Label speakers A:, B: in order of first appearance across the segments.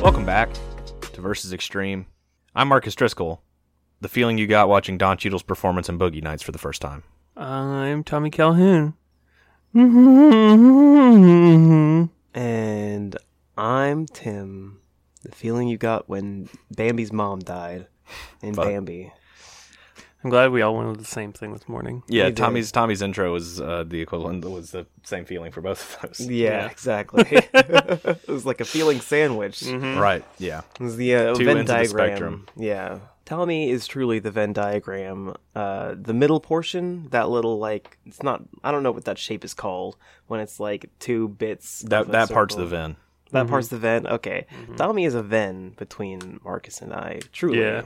A: Welcome back to Versus Extreme. I'm Marcus Driscoll. The feeling you got watching Don Cheadle's performance in Boogie Nights for the first time.
B: I'm Tommy Calhoun. That's
C: And I'm Tim. The feeling you got when Bambi's mom died in
A: Fuck.
C: Bambi.
B: I'm glad we all wanted the same thing this morning.
A: Yeah,
C: We did.
A: Tommy's Tommy's intro was uh, the equivalent was the same feeling for both of those.
C: Yeah, exactly. it was like a feeling sandwich.
A: Right. Yeah.
C: It was the uh,
A: Mm-hmm. Two
C: Venn
A: ends of the
C: diagram.
A: spectrum.
C: Yeah. Tommy is truly the Venn diagram. Uh, the middle portion, that little like it's not. I don't know what that shape is called when it's like two bits.
A: That
C: of a
A: that part's the Mm-hmm.
C: circle.
A: Ven.
C: That part's the Venn. Okay. Tommy is a Venn between Marcus and I. Truly.
B: Yeah.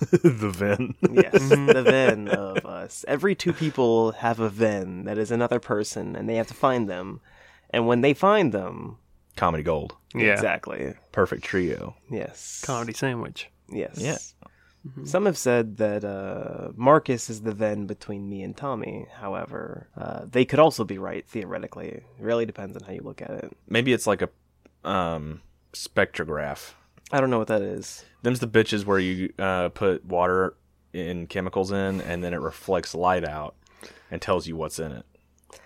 A: the Ven.
C: Yes,
B: Mm-hmm.
C: the Ven of us. Every two people have a Ven that is another person, and they have to find them. And when they find them,
A: Comedy Gold.
B: Yeah.
C: exactly.
A: Perfect trio.
C: Yes.
B: Comedy sandwich.
C: Yes.
A: Yeah.
C: Some have said that uh, Marcus is the Ven between me and Tommy. However, uh, they could also be right theoretically. It really depends on how you look at it.
A: Maybe it's like a um, spectrograph.
C: I don't know what that is.
A: Them's the bitches where you uh, put water and chemicals in, and then it reflects light out and tells you what's in it,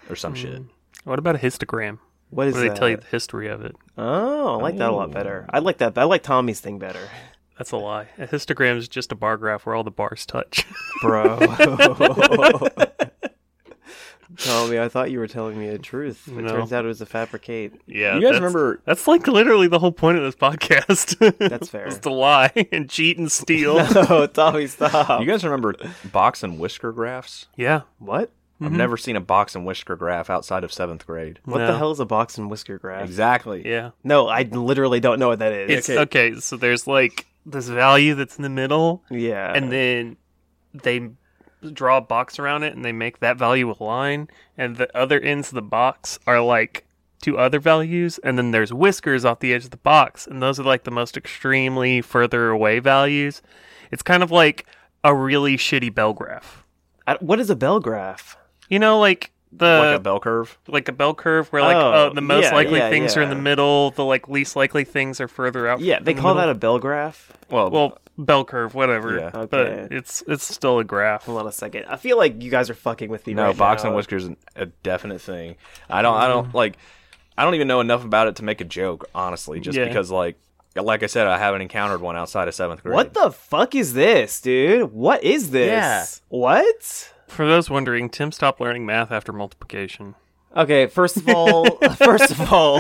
A: or
C: Hmm.
A: some shit.
B: What about a histogram?
C: What is
B: Where they
C: that?
B: tell you the history of it.
C: Oh, I like that a lot better. I like that. I like Tommy's thing better,
B: That's a lie. A histogram is just a bar graph where all the bars touch.
C: bro. Tommy, I thought you were telling me the truth, but
B: No.
C: turns out it was a fabricate.
B: yeah.
A: you guys
B: that's-
A: remember?
B: That's like literally the whole point of this podcast.
C: That's fair.
B: It's to lie and cheat and steal.
C: oh, Tommy, stop.
A: You guys remember box and whisker graphs?
B: yeah.
C: what?
A: I've never seen a box and whisker graph outside of seventh grade.
C: What
B: No.
C: the hell is a box and whisker graph?
A: Exactly.
B: Yeah.
C: No, I literally don't know what that is.
B: It's okay. So there's like this value that's in the middle,
C: Yeah.
B: and then they draw a box around it, and they make that value a line, and the other ends of the box are like two other values, and then there's whiskers off the edge of the box, and those are like the most extremely further away values. It's kind of like a really shitty bell graph,
C: I, what is a bell graph?
B: you know, like the
A: Like a bell curve.
B: like a bell curve where like
C: Oh,
B: uh, the most
C: yeah,
B: likely
C: yeah,
B: things are in the
C: yeah.
B: middle, the like least likely things are further out.
C: Yeah, they
B: in the
C: call
B: middle.
C: that a bell graph.
A: Well,
B: well bell curve, whatever.
A: Yeah.
B: But
C: Okay.
B: it's it's still a graph.
C: Hold on a second. I feel like you guys are fucking with me.
A: no,
C: right
A: box
C: now.
A: and whisker is an- a definite thing. I don't. I don't like. I don't even know enough about it to make a joke, honestly. Just
B: Yeah.
A: because, like, like I said, I haven't encountered one outside of seventh grade.
C: What the fuck is this, dude? What is this?
A: Yeah.
C: What?
B: For those wondering, Tim stopped learning math after multiplication.
C: Okay, first of all, first of all,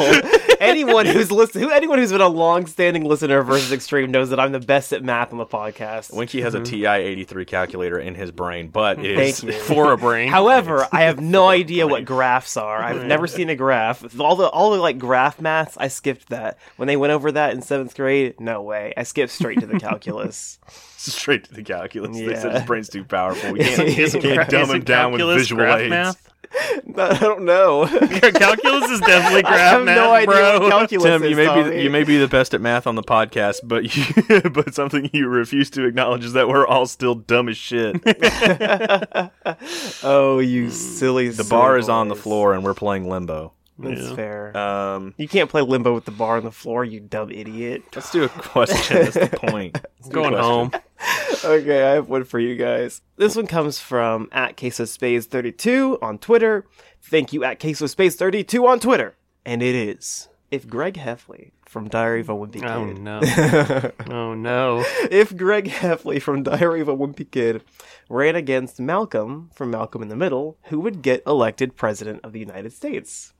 C: anyone who's listen, who, anyone who's been a long-standing listener of versus extreme knows that I'm the best at math on the podcast.
A: Winky has a TI eighty three calculator in his brain, but it is
C: Thank you.
B: For a brain.
C: However, I have no idea what graphs are. I've never seen a graph. All the all the like graph maths, I skipped that. When they went over that in seventh grade, no way. I skipped straight to the calculus.
A: straight to the calculus. They said
C: Yeah.
A: his brain's too powerful. We can't,
B: Isn't
A: can't
B: gra-
A: dumb
B: isn't
A: him down with
B: calculus
A: visual
B: graph
A: aids.
B: math?
C: I don't know.
B: calculus is definitely
C: I
B: graph
C: have
B: math,
C: no idea
B: bro.
C: what calculus
A: Tim,
C: is.
A: you may be
C: Tommy.
A: you may be the best at math on the podcast, but you, but something you refuse to acknowledge is that we're all still dumb as shit.
C: Oh, you silly.
A: Mm, The bar is on the floor, and we're playing limbo.
C: That's
B: Yeah.
C: fair.
A: Um,
C: you can't play limbo with the bar on the floor, you dumb idiot.
A: let's do a question. That's the point. Let's do a
B: Going
A: question.
B: home.
C: okay, I have one for you guys. This one comes from at Case of Spades 32 on Twitter. Thank you at Case of Spades 32 on Twitter. And it is if Greg Heffley from Diary of a Wimpy Kid.
B: Oh no. oh no.
C: If Greg Heffley from Diary of a Wimpy Kid ran against Malcolm from Malcolm in the Middle, who would get elected president of the United States?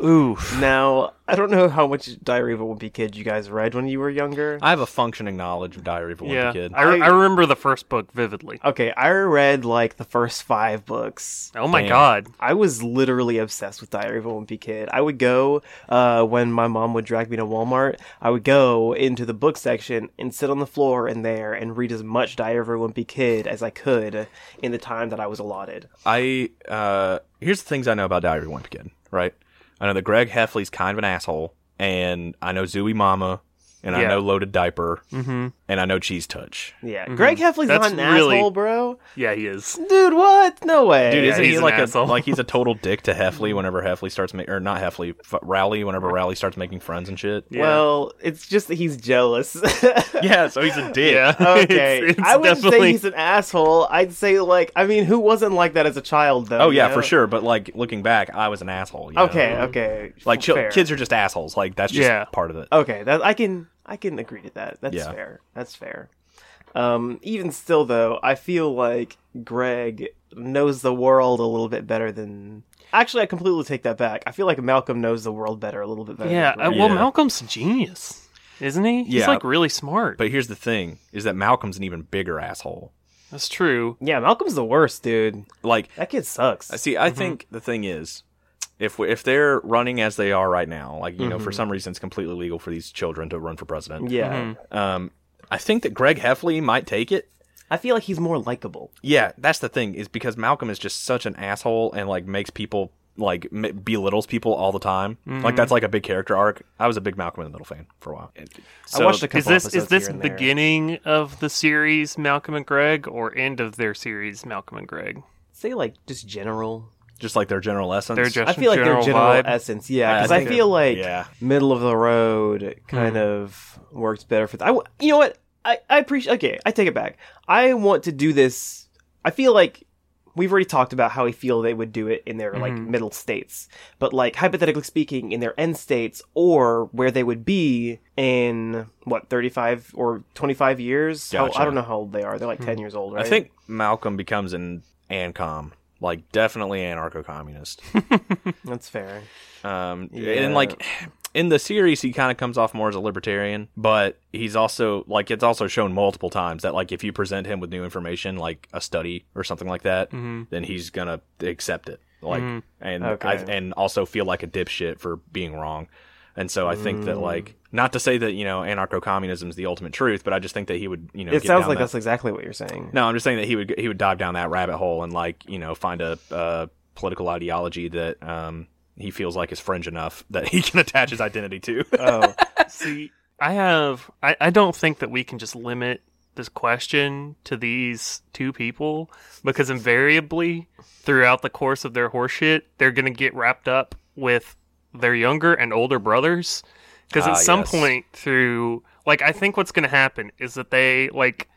B: Ooh.
C: Now, I don't know how much Diary of a Wimpy Kid you guys read when you were younger.
A: I have a functioning knowledge of Diary of a Wimpy
B: Yeah.
A: Kid.
B: I, I remember the first book vividly.
C: Okay, I read like the first five books.
B: Oh my
A: Damn.
B: god.
C: I was literally obsessed with Diary of a Wimpy Kid. I would go uh, when my mom would drag me to Walmart. I would go into the book section and sit on the floor in there and read as much Diary of a Wimpy Kid as I could in the time that I was allotted.
A: I uh here's the things I know about Diary of a Wimpy Kid, right? I know that Greg Heffley's kind of an asshole, and I know Zooey Mama, and I
B: Yeah.
A: know Loaded Diaper,
B: Mhm.
A: and I know Cheese Touch.
C: Yeah, Greg Heffley's
B: That's
C: not an
B: really-
C: asshole, bro.
B: Yeah, he is.
C: Dude, what? No way.
A: Dude,
B: Yeah,
A: isn't he
B: he's an
A: like a
B: asshole.
A: like he's a total dick to Heffley whenever Heffley starts making or not Heffley F- Rowley whenever Rowley starts making friends and shit.
B: Yeah.
C: Well, it's just that he's jealous.
A: Yeah, so he's a dick.
B: Yeah.
C: Okay,
B: It's- it's
C: I wouldn't say
B: definitely-
C: he's an asshole. I'd say like, I mean, who wasn't like that as a child though?
A: Oh
C: you
A: yeah,
C: know?
A: for sure. But like looking back, I was an asshole. you
C: Okay,
A: know?
C: okay,
A: Like chil-
C: fair.
A: kids are just assholes. Like that's just
B: Yeah.
A: part of it.
C: Okay, that I can I can agree to that. That's
A: Yeah.
C: fair. That's fair. Um, even still though, I feel like Greg knows the world a little bit better than. Actually, I completely take that back. I feel like Malcolm knows the world better, a little bit better.
B: Yeah,
C: than
B: uh,
C: Greg.
B: well,
A: Yeah.
B: Malcolm's a genius, isn't he? He's
A: Yeah.
B: like really smart.
A: But here's the thing: is that Malcolm's an even bigger asshole.
B: That's true.
C: yeah, Malcolm's the worst, dude.
A: Like,
C: That kid sucks.
A: I see. I
B: Mm-hmm.
A: think the thing is, if we, if they're running as they are right now, like you know,
B: Mm-hmm.
A: for some reason, it's completely legal for these children to run for president.
C: Yeah,
A: Um, I think that Greg Heffley might take it.
C: I feel like he's more likable.
A: Yeah, that's the thing is because Malcolm is just such an asshole and like makes people like m- belittles people all the time. Like that's like a big character arc. I was a big Malcolm in the Middle fan for a while. And So,
C: I watched a couple
B: Is this
C: episodes
B: is this
C: here and there.
B: beginning of the series Malcolm and Greg or end of their series Malcolm and Greg?
C: Say like just general.
A: just like their general essence.
B: They're just
C: I feel like their
B: general
C: general
B: vibe.
C: essence, yeah.
A: I
C: Because I,
A: think-
C: feel like
A: yeah.
C: middle of the road
A: Hmm.
C: kind of works better for. Th- I w- you know what I I appreciate. Okay, I take it back. I want to do this. I feel like we've already talked about how we feel they would do it in their like
A: Mm-hmm.
C: middle states, but like hypothetically speaking, in their end states or where they would be in what thirty five or twenty five years. How-
A: Gotcha. Hmm.
C: I don't know how old they are. They're like ten years old, right?
A: I think Malcolm becomes an ancom, like definitely anarcho-communist.
C: that's fair.
A: Um,
C: Yeah.
A: and like in the series, he kind of comes off more as a libertarian, but he's also like it's also shown multiple times that like if you present him with new information, like a study or something like that, then he's gonna accept it. Like and I,
C: Mm-hmm. Okay.
A: and also feel like a dipshit for being wrong. And so I think
C: Mm.
A: that like not to say that you know anarcho communism is the ultimate truth, but I just think that he would you know
C: It
A: get
C: sounds
A: down
C: like
A: that-
C: that's exactly what you're saying.
A: no, I'm just saying that he would he would dive down that rabbit hole and like you know find a, a political ideology that um, he feels like is fringe enough that he can attach his identity to.
C: Oh,
B: See, I have. I, I don't think that we can just limit this question to these two people because invariably, throughout the course of their horseshit, they're going to get wrapped up with their younger and older brothers. Because
A: Ah,
B: at some
A: yes.
B: point through, like, I think what's going to happen is that they, like,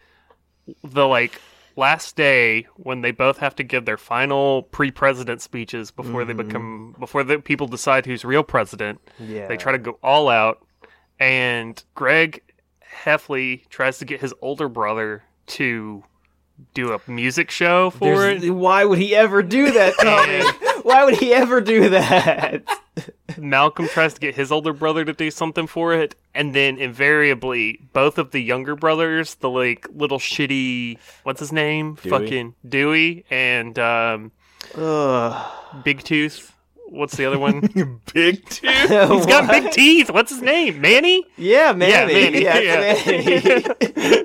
B: the, like, last day when they both have to give their final pre-president speeches before
A: Mm-hmm.
B: they become before the people decide who's real president
C: yeah.
B: they try to go all out, and Greg Heffley tries to get his older brother to do a music show for
C: There's-
B: it.
C: Why would he ever do that, Tommy? Why would he ever do that?
B: Malcolm tries to get his older brother to do something for it, and then invariably both of the younger brothers, the like little shitty what's his name?
A: Dewey.
B: Fucking Dewey and um
C: Ugh.
B: Big Tooth. What's the other one?
A: Big dude.
B: He's got big teeth. What's his name? Manny?
C: Yeah, Manny. Yeah,
B: Manny,
C: it's Manny.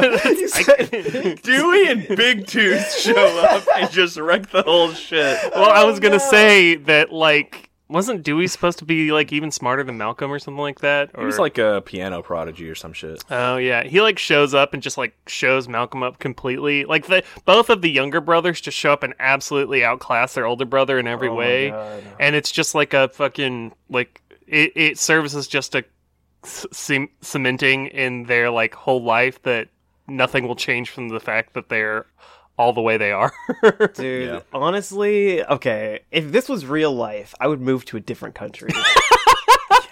C: You said-
A: Dewey and Big Tooth show up and just wreck the whole shit.
B: Well, I was gonna
C: Oh, no.
B: say that like wasn't Dewey supposed to be like even smarter than Malcolm or something like that? Or
A: He was like a piano prodigy or some shit.
B: oh yeah, he like shows up and just like shows Malcolm up completely. Like the both of the younger brothers just show up and absolutely outclass their older brother in every
C: Oh my
B: way,
C: God.
B: and it's just like a fucking like it it serves as just a c- cem- cementing in their like whole life that nothing will change from the fact that they're all the way they are.
C: Dude,
A: Yeah.
C: honestly, okay. If this was real life, I would move to a different country.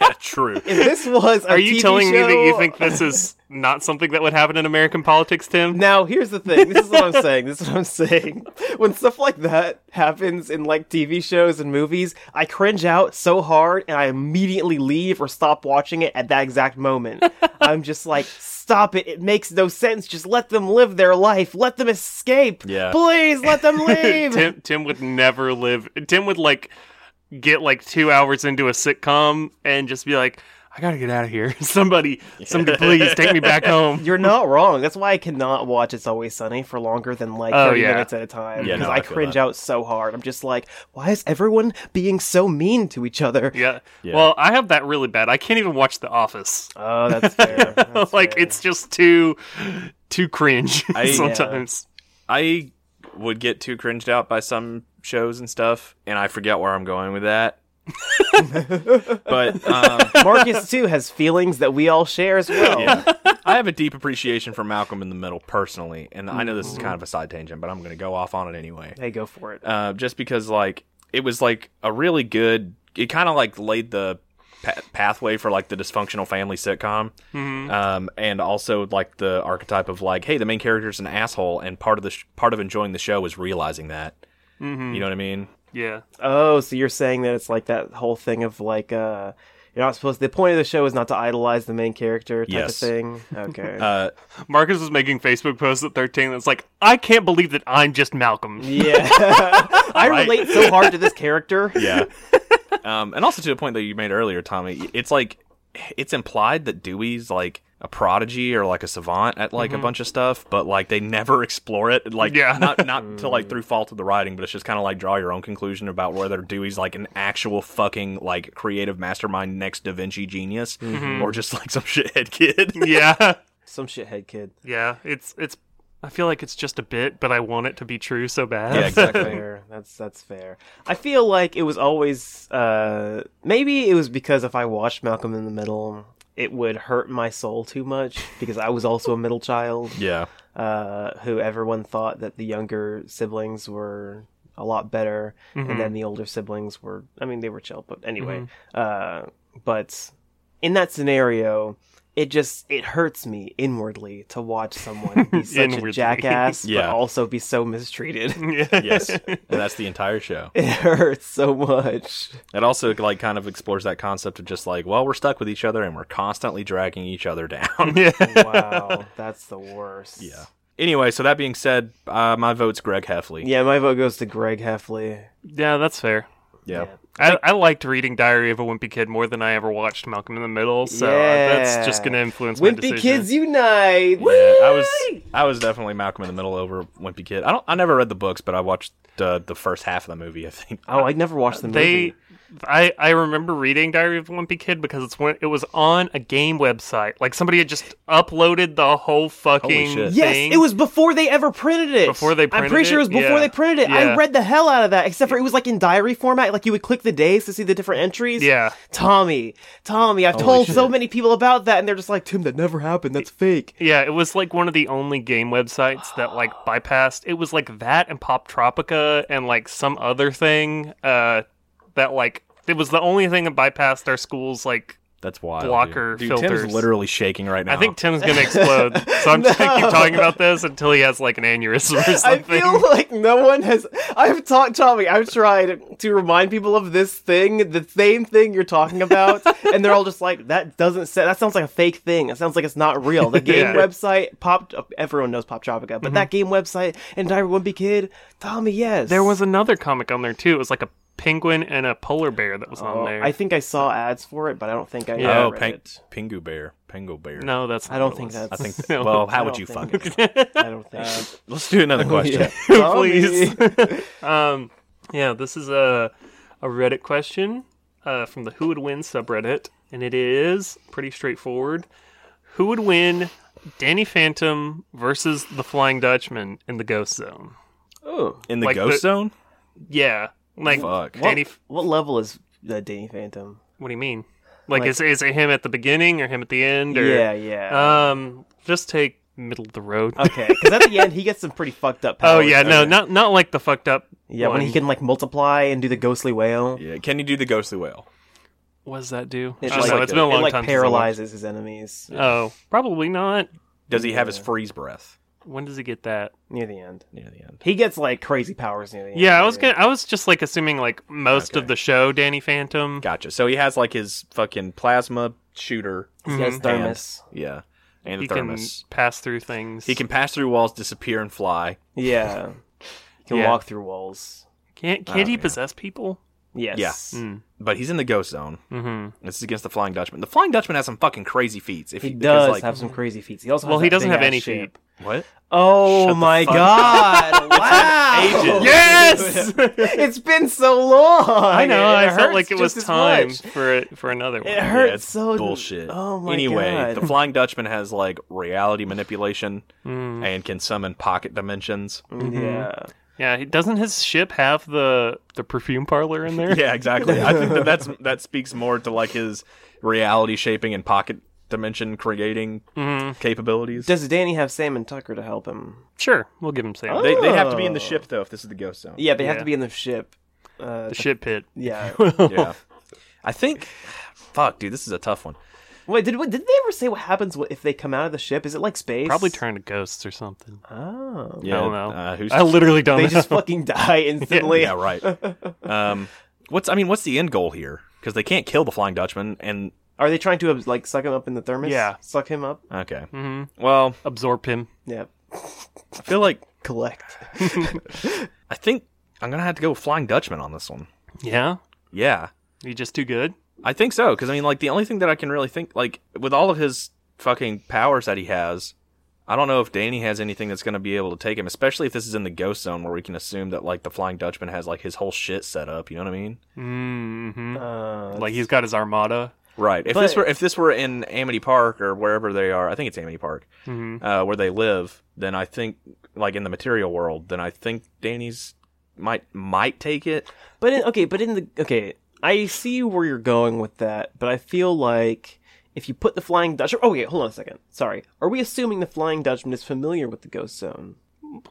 A: Yeah, true.
C: if this was, a
B: Are you
C: TV
B: telling me that you
C: show-
B: think this is not something that would happen in American politics, Tim?
C: Now, here's the thing. This is what I'm saying. This is what I'm saying. When stuff like that happens in like TV shows and movies, I cringe out so hard and I immediately leave or stop watching it at that exact moment. I'm just like, stop it. It makes no sense. Just let them live their life. Let them escape.
A: Yeah.
C: Please let them leave.
B: Tim, Tim would never live. Tim would like get like two hours into a sitcom and just be like, "I I gotta get out of here. Somebody, somebody, please take me back home.
C: You're not wrong. That's why I cannot watch It's Always Sunny for longer than like
B: Oh,
C: 30
B: yeah.
C: minutes at a time
A: Yeah,
C: because
A: no, I
C: I
A: feel
C: cringe
A: that.
C: out so hard. I'm just like, why is everyone being so mean to each other?
B: Yeah.
A: Yeah.
B: Well, I have that really bad. I can't even watch The Office.
C: Oh, that's fair. That's
B: like
C: fair.
B: it's just too, too cringe
A: I- Yeah.
B: sometimes.
A: I would get too cringed out by some shows and stuff, and I forget where I'm going with that. but um,
C: Marcus too has feelings that we all share as well.
A: I have a deep appreciation for Malcolm in the Middle personally, and I know this is kind of a side tangent, but I'm going to go off on it anyway.
C: Hey, go for it.
A: Uh, just because, like, it was like a really good. It kind of like laid the pa- pathway for like the dysfunctional family sitcom, um, and also like the archetype of like, hey, the main character's an asshole, and part of the sh- part of enjoying the show is realizing that. You know what I mean?
B: Yeah.
C: Oh, so you're saying that it's like that whole thing of like uh you're not supposed the point of the show is not to idolize the main character type
A: Yes.
C: of thing. Okay.
A: Uh,
B: Marcus was making Facebook posts at 13 that's like, I can't believe that I'm just Malcolm.
C: yeah. I
A: Right.
C: relate so hard to this character.
A: yeah. um, and also to a point that you made earlier, Tommy, it's like it's implied that Dewey's like a prodigy or like a savant at like a bunch of stuff, but like they never explore it. Like
B: Yeah.
A: not not to like through fault of the writing, but it's just kind of like draw your own conclusion about whether Dewey's like an actual fucking like creative mastermind next Da Vinci genius or just like some shithead kid.
B: yeah.
C: Some shithead kid.
B: Yeah. It's, it's, I feel like it's just a bit, but I want it to be true so bad.
A: Yeah, exactly.
C: fair. That's that's fair. I feel like it was always uh maybe it was because if I watched Malcolm in the Middle, it would hurt my soul too much because I was also a middle child.
A: yeah.
C: uh, who everyone thought that the younger siblings were a lot better, and then the older siblings were, I mean, they were chill, but anyway. Uh, but in that scenario, it just it hurts me inwardly to watch someone be such a
B: Inwardly.
C: jackass,
A: Yeah.
C: but also be so mistreated.
B: Yeah.
A: Yes. and that's the entire show.
C: It hurts so much.
A: It also like kind of explores that concept of just like, well, we're stuck with each other and we're constantly dragging each other down.
C: Wow, that's the worst.
A: Yeah. Anyway, so that being said, uh, my vote's Greg Heffley.
C: Yeah, my vote goes to Greg Heffley.
B: Yeah, that's fair.
A: Yeah.
B: I, I liked reading Diary of a Wimpy Kid more than I ever watched Malcolm in the Middle, so uh,
C: Yeah.
B: that's just going to influence my
C: Wimpy
B: decision.
C: Kids Unite!
A: Yeah, I was I was definitely Malcolm in the Middle over Wimpy Kid. I don't I never read the books, but I watched uh, the first half of the movie. I think
C: Oh, I never watched the movie.
B: They, I, I remember reading Diary of a Wimpy Kid because it's when it was on a game website. Like somebody had just uploaded the whole fucking
A: shit.
C: Yes,
B: thing.
C: it was before they ever printed it.
B: Before they
C: I'm
B: printed
C: pretty sure it was
B: it?
C: before
B: Yeah.
C: they printed it. I
B: Yeah.
C: read the hell out of that, except for it was like in diary format. Like you would click the days to see the different entries.
B: Yeah.
C: Tommy, Tommy, I've told so many people about that, and they're just like, Tim, that never happened. That's fake.
B: Yeah, it was like one of the only game websites that like bypassed. It was like that and Pop Tropica and like some other thing uh that like it was the only thing that bypassed our school's like
A: that's wild.
B: Blocker
A: dude. Dude,
B: filters.
A: Tim's literally shaking right now.
B: I think Tim's gonna explode. So I'm just gonna
C: Oh. No.
B: keep talking about this until he has like an aneurysm or
C: I
B: something.
C: feel like no one has. I've talked, Tommy. I've tried to remind people of this thing, the same thing you're talking about, and they're all just like, "That doesn't. Say, that sounds like a fake thing. It sounds like it's not real." The game
B: Yeah. Mm-hmm.
C: website, pop. Everyone knows Pop Tropica, but that game website and Diary Wimpy Kid, Tommy. Yes,
B: there was another comic on there too. It was like a penguin and a polar bear that was
C: Oh,
B: on there.
C: I think I saw ads for it, but I don't think I.
B: Yeah.
A: oh,
C: read
A: Peng-
C: it.
A: Pingu Bear, Pingu Bear.
B: no, that's not
C: I don't
B: what it
C: think
B: was.
A: I
C: that's-
A: think.
B: No.
A: well, how
C: I
A: would
C: don't
A: you fuck?
C: think
A: It?
C: I don't think. so.
A: Let's do another question.
C: Yeah.
B: please.
C: Tommy.
B: um, yeah, this is a a Reddit question uh, from the Who Would Win subreddit, and it is pretty straightforward. Who would win, Danny Phantom versus the Flying Dutchman in the Ghost Zone?
C: Ooh.
A: In the
B: Like
A: ghost
B: the-
A: zone?
B: Yeah, like
A: Fuck.
B: Danny.
C: What, what level is the Danny Phantom?
B: What do you mean? Like,
C: Like-
B: is is it him at the beginning or him at the end? Or,
C: Yeah, yeah.
B: Um, just take middle of the road.
C: okay, because at the end he gets some pretty fucked up. Powers.
B: oh yeah, no,
C: Okay.
B: not not like the fucked up.
C: Yeah,
B: one.
C: when he can like multiply and do the ghostly whale,
A: Yeah. Can you do the ghostly whale?
B: What does that do?
C: It's
B: I don't
C: like-
B: know, it's been a
A: it
B: long
C: it like
B: time. since I watched-
C: paralyzes his enemies
B: Oh, probably not.
A: Does he have his freeze breath
B: When does he get that?
C: near the end.
A: near the end?
C: He gets like crazy powers near the end.
B: Yeah, I was
C: maybe.
B: gonna. I was just like assuming like most
A: Okay.
B: of the show, Danny Phantom.
A: Gotcha. So he has like his fucking plasma shooter.
C: He has
B: Mhm.
C: thermos.
A: Yeah. And the
B: He can
A: thermos.
B: pass through things.
A: He can pass through walls, disappear, and fly.
C: Yeah, he can
B: Yeah.
C: walk through walls.
B: Can't. Can't he possess people?
C: Yes.
A: Yeah.
B: Mm.
A: But he's in the ghost zone.
B: hmm
A: It's against the Flying Dutchman. The Flying Dutchman has some fucking crazy feats. If
C: He
A: because,
C: does
A: like- mm-hmm.
C: have some crazy feats. He also
B: Well,
C: has
B: he
C: that
B: doesn't have
C: big-ass
B: any
C: shit.
B: feet.
A: What?
C: Oh
A: Shut the
C: my
A: fuck
C: god! wow!
A: Ages.
B: Yes,
C: It's been so long.
B: I know.
C: and
B: I
C: it
B: felt
C: hurts
B: like it was
C: just as
B: time
C: much.
B: for it for another one.
C: It hurts
A: yeah, it's
C: so
A: bullshit.
C: Oh my
A: anyway,
C: god!
A: the Flying Dutchman has like reality manipulation
B: Mm.
A: and can summon pocket dimensions.
C: yeah.
B: Yeah, he- doesn't his ship have the the perfume parlor in there?
A: Yeah, exactly. I think that that's that speaks more to like his reality shaping and pocket dimension creating
B: Mm-hmm.
A: capabilities.
C: Does Danny have Sam and Tucker to help him?
B: Sure, we'll give him Sam.
C: Oh.
A: they they have to be in the
C: Oh.
A: ship though if this is the ghost zone.
C: Yeah, they have
B: Yeah.
C: to be in the ship. Uh,
B: the ship pit.
C: yeah.
A: Yeah. I think fuck, dude, this is a tough one.
C: Wait, did did they ever say what happens if they come out of the ship? Is it like space?
B: Probably turn to ghosts or something.
C: Oh.
A: Yeah.
B: I don't know.
A: Uh, who's
B: I literally don't
C: They
B: know.
C: just fucking die instantly.
A: Yeah, right. Um what's I mean, what's the end goal here? Cuz they can't kill the flying Dutchman and
C: Are they trying to uh, like suck him up in the thermos?
B: Yeah.
C: Suck him up.
A: okay.
B: hmm
A: Well,
B: Absorb him.
C: Yeah.
A: I feel like
C: Collect.
A: I think I'm going to have to go with flying Dutchman on this one.
B: Yeah,
A: Yeah.
B: you just too good.
A: I think so because I mean, like the only thing that I can really think, like with all of his fucking powers that he has, I don't know if Danny has anything that's going to be able to take him, especially if this is in the ghost zone where we can assume that like the Flying Dutchman has like his whole shit set up. You know what I mean?
B: Mm-hmm.
C: Uh,
B: Like he's got his armada.
A: Right. If
C: But-
A: this were if this were in Amity Park or wherever they are, I think it's Amity Park,
C: Mm-hmm.
B: Mhm.
A: uh, where they live. Then I think like in the material world, then I think Danny's might might take it.
C: But in, okay, but in the okay, I see where you're going with that, but I feel like if you put the Flying Dutchman. Oh wait, hold on a second. Sorry, are we assuming the Flying Dutchman is familiar with the Ghost Zone?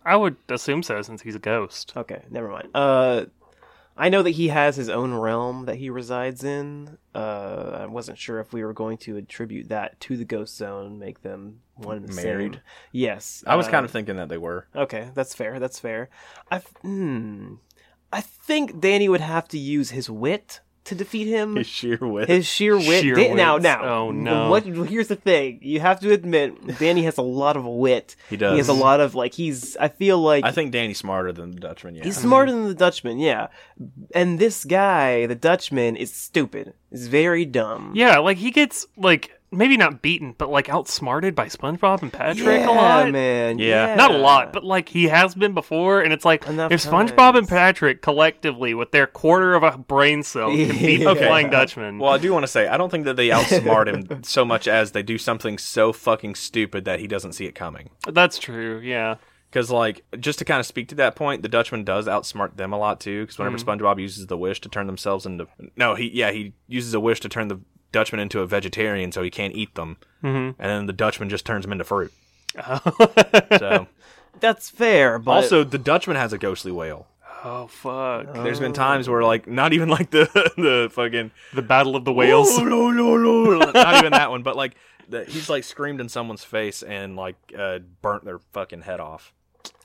B: I would assume so, since he's a ghost.
C: Okay, never mind. Uh, I know that he has his own realm that he resides in. Uh, I wasn't sure if we were going to attribute that to the Ghost Zone, make them one and the same.
A: Married?
C: Yes,
A: I was
C: uh,
A: kind of thinking that they were.
C: Okay, that's fair. That's fair. I hmm, I think Danny would have to use his wit to defeat him.
A: His sheer wit.
C: His sheer wit.
B: Sheer
C: Dan- now,
B: wits.
C: now.
B: Oh, no.
C: What? Here's the thing. You have to admit, Danny has a lot of wit.
A: He does.
C: He has a lot of like. He's. I feel like
A: I think Danny's smarter than the Dutchman. Yeah.
C: he's smarter than the Dutchman. Yeah. And this guy, the Dutchman, is stupid. Is very dumb.
B: Yeah, like he gets like maybe not beaten, but like outsmarted by SpongeBob and Patrick
C: Yeah,
B: a lot.
C: man.
A: Yeah.
B: Not a lot, but like he has been before, and it's like
C: Enough
B: if SpongeBob
C: times.
B: and Patrick collectively, with their quarter of a brain cell, can beat the
A: Okay.
B: Flying Dutchman.
A: Well, I do want to say I don't think that they outsmart him so much as they do something so fucking stupid that he doesn't see it coming.
B: That's true. Yeah.
A: Because, like, just to kind of speak to that point, the Dutchman does outsmart them a lot too. Because whenever SpongeBob uses the wish to turn themselves into no, he yeah he uses a wish to turn the Dutchman into a vegetarian so he can't eat them,
B: Mm-hmm.
A: and then the Dutchman just turns him into fruit. Oh. So
C: That's fair. But
A: also the Dutchman has a ghostly whale.
B: oh fuck!
A: There's been times where like not even like the the fucking
B: The Battle of the Whales.
A: Oh, no, no, no, no. Not even that one, but like the, he's like screamed in someone's face and like uh, burnt their fucking head off.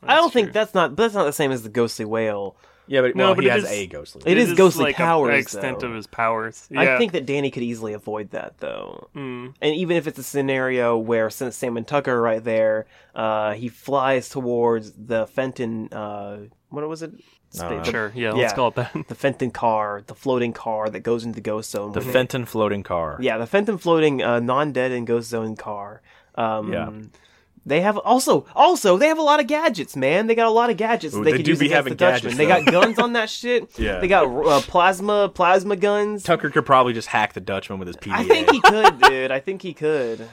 C: I don't
B: That's
C: think
B: true.
C: that's not. That's not the same as the ghostly whale.
A: Yeah, but
B: No,
A: well,
B: but
A: he
B: it
A: has
B: is-
A: a ghostly.
C: It is ghostly
B: like a-
C: powers,
B: The extent
C: though.
B: of his powers.
C: I
B: Yeah.
C: think that Danny could easily avoid that though.
B: Mm.
C: and even if it's a scenario where since Sam and Tucker are right there, uh, he flies towards the Fenton. Uh, what was it?
A: I don't
C: Spa-
A: know.
B: Sure. Yeah. Let's
C: Yeah.
B: call it that.
C: The Fenton car, the floating car that goes into the ghost zone.
A: The Fenton floating car.
C: yeah, the Fenton floating uh, non-dead and ghost zone car. Um,
A: Yeah.
C: They have also also they have a lot of gadgets, man. They got a lot of gadgets.
A: Ooh,
C: they
A: they
C: could
A: do
C: use
A: be
C: against
A: having
C: the Dutchman.
A: gadgets,
C: They got
A: though.
C: guns on that shit.
A: Yeah.
C: They got uh, plasma plasma guns.
A: Tucker could probably just hack the Dutchman with his PDA.
C: I think he could, dude. I think he could.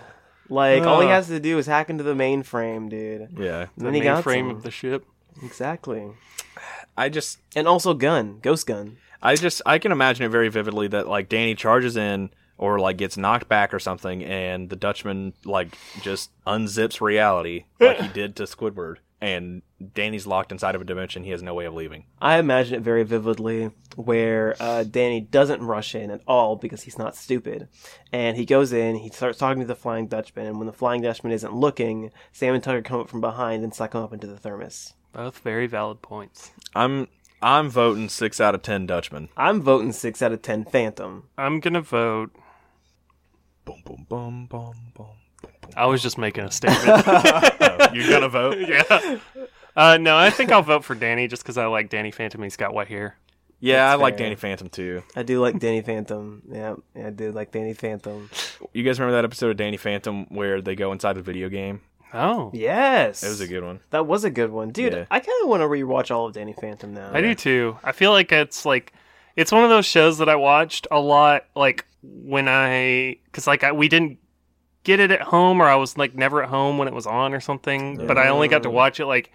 C: Like all he
A: Uh.
C: has to do is hack into the mainframe, dude. And
A: yeah,
B: The
C: then he got
B: mainframe
C: some.
B: of the ship.
C: exactly,
A: I just,
C: and also gun, ghost gun.
A: I just, I can imagine it very vividly that like Danny charges in or like gets knocked back or something, and the Dutchman like just unzips reality like he did to Squidward, and Danny's locked inside of a dimension he has no way of leaving.
C: I imagine it very vividly, where uh, Danny doesn't rush in at all because he's not stupid, and he goes in. He starts talking to the Flying Dutchman, and when the Flying Dutchman isn't looking, Sam and Tucker come up from behind and suck him up into the thermos.
B: Both very valid points.
A: I'm I'm voting six out of ten Dutchmen.
C: I'm voting six out of ten Phantom.
B: I'm gonna vote.
A: Boom boom boom boom boom.
B: I was just making a statement.
C: Oh,
A: You're gonna vote?
B: yeah. Uh, no, I think I'll vote for Danny just because I like Danny Phantom. He's got white hair.
A: Yeah,
C: That's
A: I like
C: fair.
A: Danny Phantom too.
C: I do like Danny Phantom. Yeah, yeah, I do like Danny Phantom.
A: You guys remember that episode of Danny Phantom where they go inside the video game?
B: Oh,
C: Yes,
A: It was a good one.
C: That was a good one, dude.
A: Yeah.
C: I kind of want to rewatch all of Danny Phantom now.
B: I do too. I feel like it's like it's one of those shows that I watched a lot, like when I because like I, we didn't get it at home, or I was like never at home when it was on or something. But I only got to
C: Yeah.
B: watch it like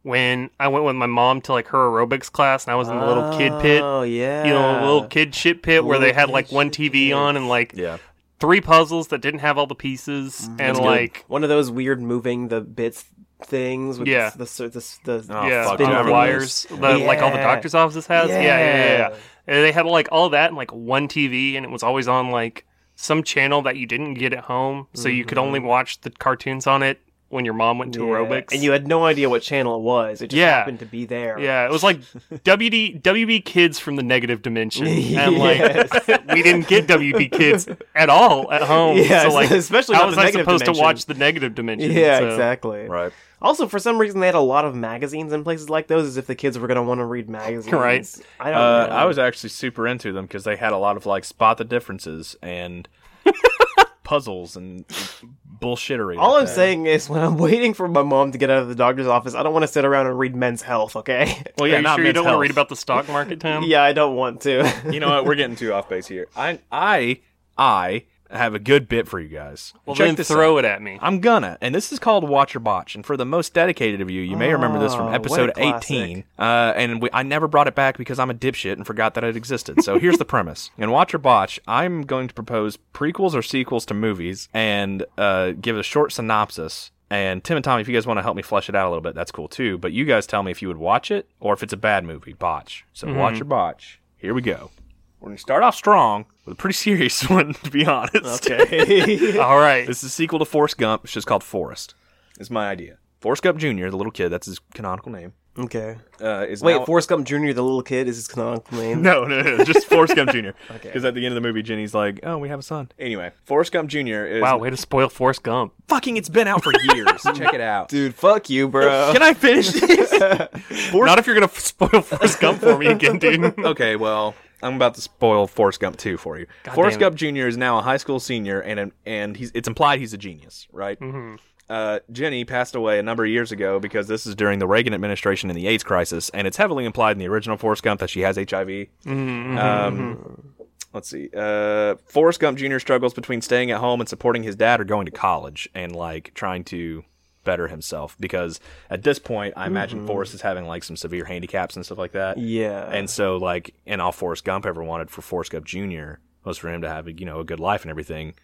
B: when I went with my mom to like her aerobics class, and I was in the little kid pit,
C: Oh yeah,
B: you know, little kid shit pit where they
C: Little
B: had
C: kid
B: like one
C: shit
B: TV
C: pit.
B: on and like
A: Yeah.
B: three puzzles that didn't have all the pieces, and
C: That's good.
B: like
C: one of those weird moving the bits things. With
B: Yeah.
C: the the, the, the,
A: Oh,
B: yeah,
A: fuck, I
B: on the
A: remember
B: wires, the, like all the
C: Yeah.
B: doctor's offices has. Yeah, yeah, yeah. yeah,
C: Yeah.
B: And they had like all that and like one TV, and it was always on like some channel that you didn't get at home, so you could only watch the cartoons on it when your mom went to
C: Mm-hmm. Yeah.
B: aerobics.
C: and you had no idea what channel it was. It just
B: Yeah.
C: happened to be there.
B: yeah, it was like WD WB Kids from the Negative Dimension, and like
C: Yes.
B: we didn't get WB Kids at all at home.
C: Yeah,
B: so like,
C: especially
B: how
C: not
B: was
C: the
B: I
C: Negative
B: supposed to
C: Dimension.
B: watch the Negative Dimension?
C: Yeah,
B: So-
C: exactly.
A: Right.
C: Also, for some reason, they had a lot of magazines in places like those, as if the kids were going to want to read magazines.
B: Right.
C: I don't.
A: Uh,
C: know.
A: I was actually super into them because they had a lot of like spot the differences and puzzles and bullshittery.
C: All
A: like
C: I'm
A: that.
C: saying is, when I'm waiting for my mom to get out of the doctor's office, I don't want to sit around and read Men's Health. Okay.
A: well, yeah,
B: Are you
A: not
B: sure you
A: men's
B: don't want to
A: health.
B: read about the stock market, Tim?
C: yeah, I don't want to.
A: You know what? We're getting too off base here. I, I, I have a good bit for you guys.
B: Well,
A: Check
B: then
A: this out.
B: throw it at me.
A: I'm gonna, and this is called Watch or Botch. And for the most dedicated of you, you may remember this
C: Oh,
A: from
C: what a
A: episode
C: classic.
A: 18. Uh, and we, I never brought it back because I'm a dipshit and forgot that it existed. So here's the premise: in Watch or Botch, I'm going to propose prequels or sequels to movies and uh, give a short synopsis. And Tim and Tommy, if you guys want to help me flesh it out a little bit, that's cool too. But you guys tell me if you would watch it or if it's a bad movie. Botch. So watch or botch. Here we go. We're gonna start off strong with a pretty serious one, to be honest.
C: okay.
B: All right.
A: This is a sequel to Forrest Gump. It's just called Forrest. It's my idea. Forrest Gump Jr., the little kid, that's his canonical name.
C: okay.
A: Uh, is
C: Wait,
A: now-
C: Forrest Gump Jr., the little kid, is his canonical name.
A: no, no, no, just Forrest Gump Jr. Because at the end of the movie, Jenny's like, "Oh, we have a son." Anyway, Forrest Gump Jr. is
B: Wow, way to spoil Forrest Gump.
A: fucking. It's been out for years. Check it out.
C: Dude, fuck you, bro.
A: Can I finish this?
B: Not if you're gonna f- spoil Forrest Gump for me again, dude.
A: okay, well, I'm about to spoil Forrest Gump 2 for you. Forrest
B: damn
A: Gump Jr. is now a high school senior, and and he's it's implied he's a genius, right? Mm-hmm. Uh, Jenny passed away a number of years ago because this is during the Reagan administration and the AIDS crisis, and it's heavily implied in the original Forrest Gump that she has HIV. Um, let's see. Uh, Forrest Gump Jr. struggles between staying at home and supporting his dad or going to college and like trying to better himself because at this point I imagine Forrest is having like some severe handicaps and stuff like that.
C: Yeah.
A: And so like and all Forrest Gump ever wanted for Forrest Gump Jr. was for him to have you know a good life and everything.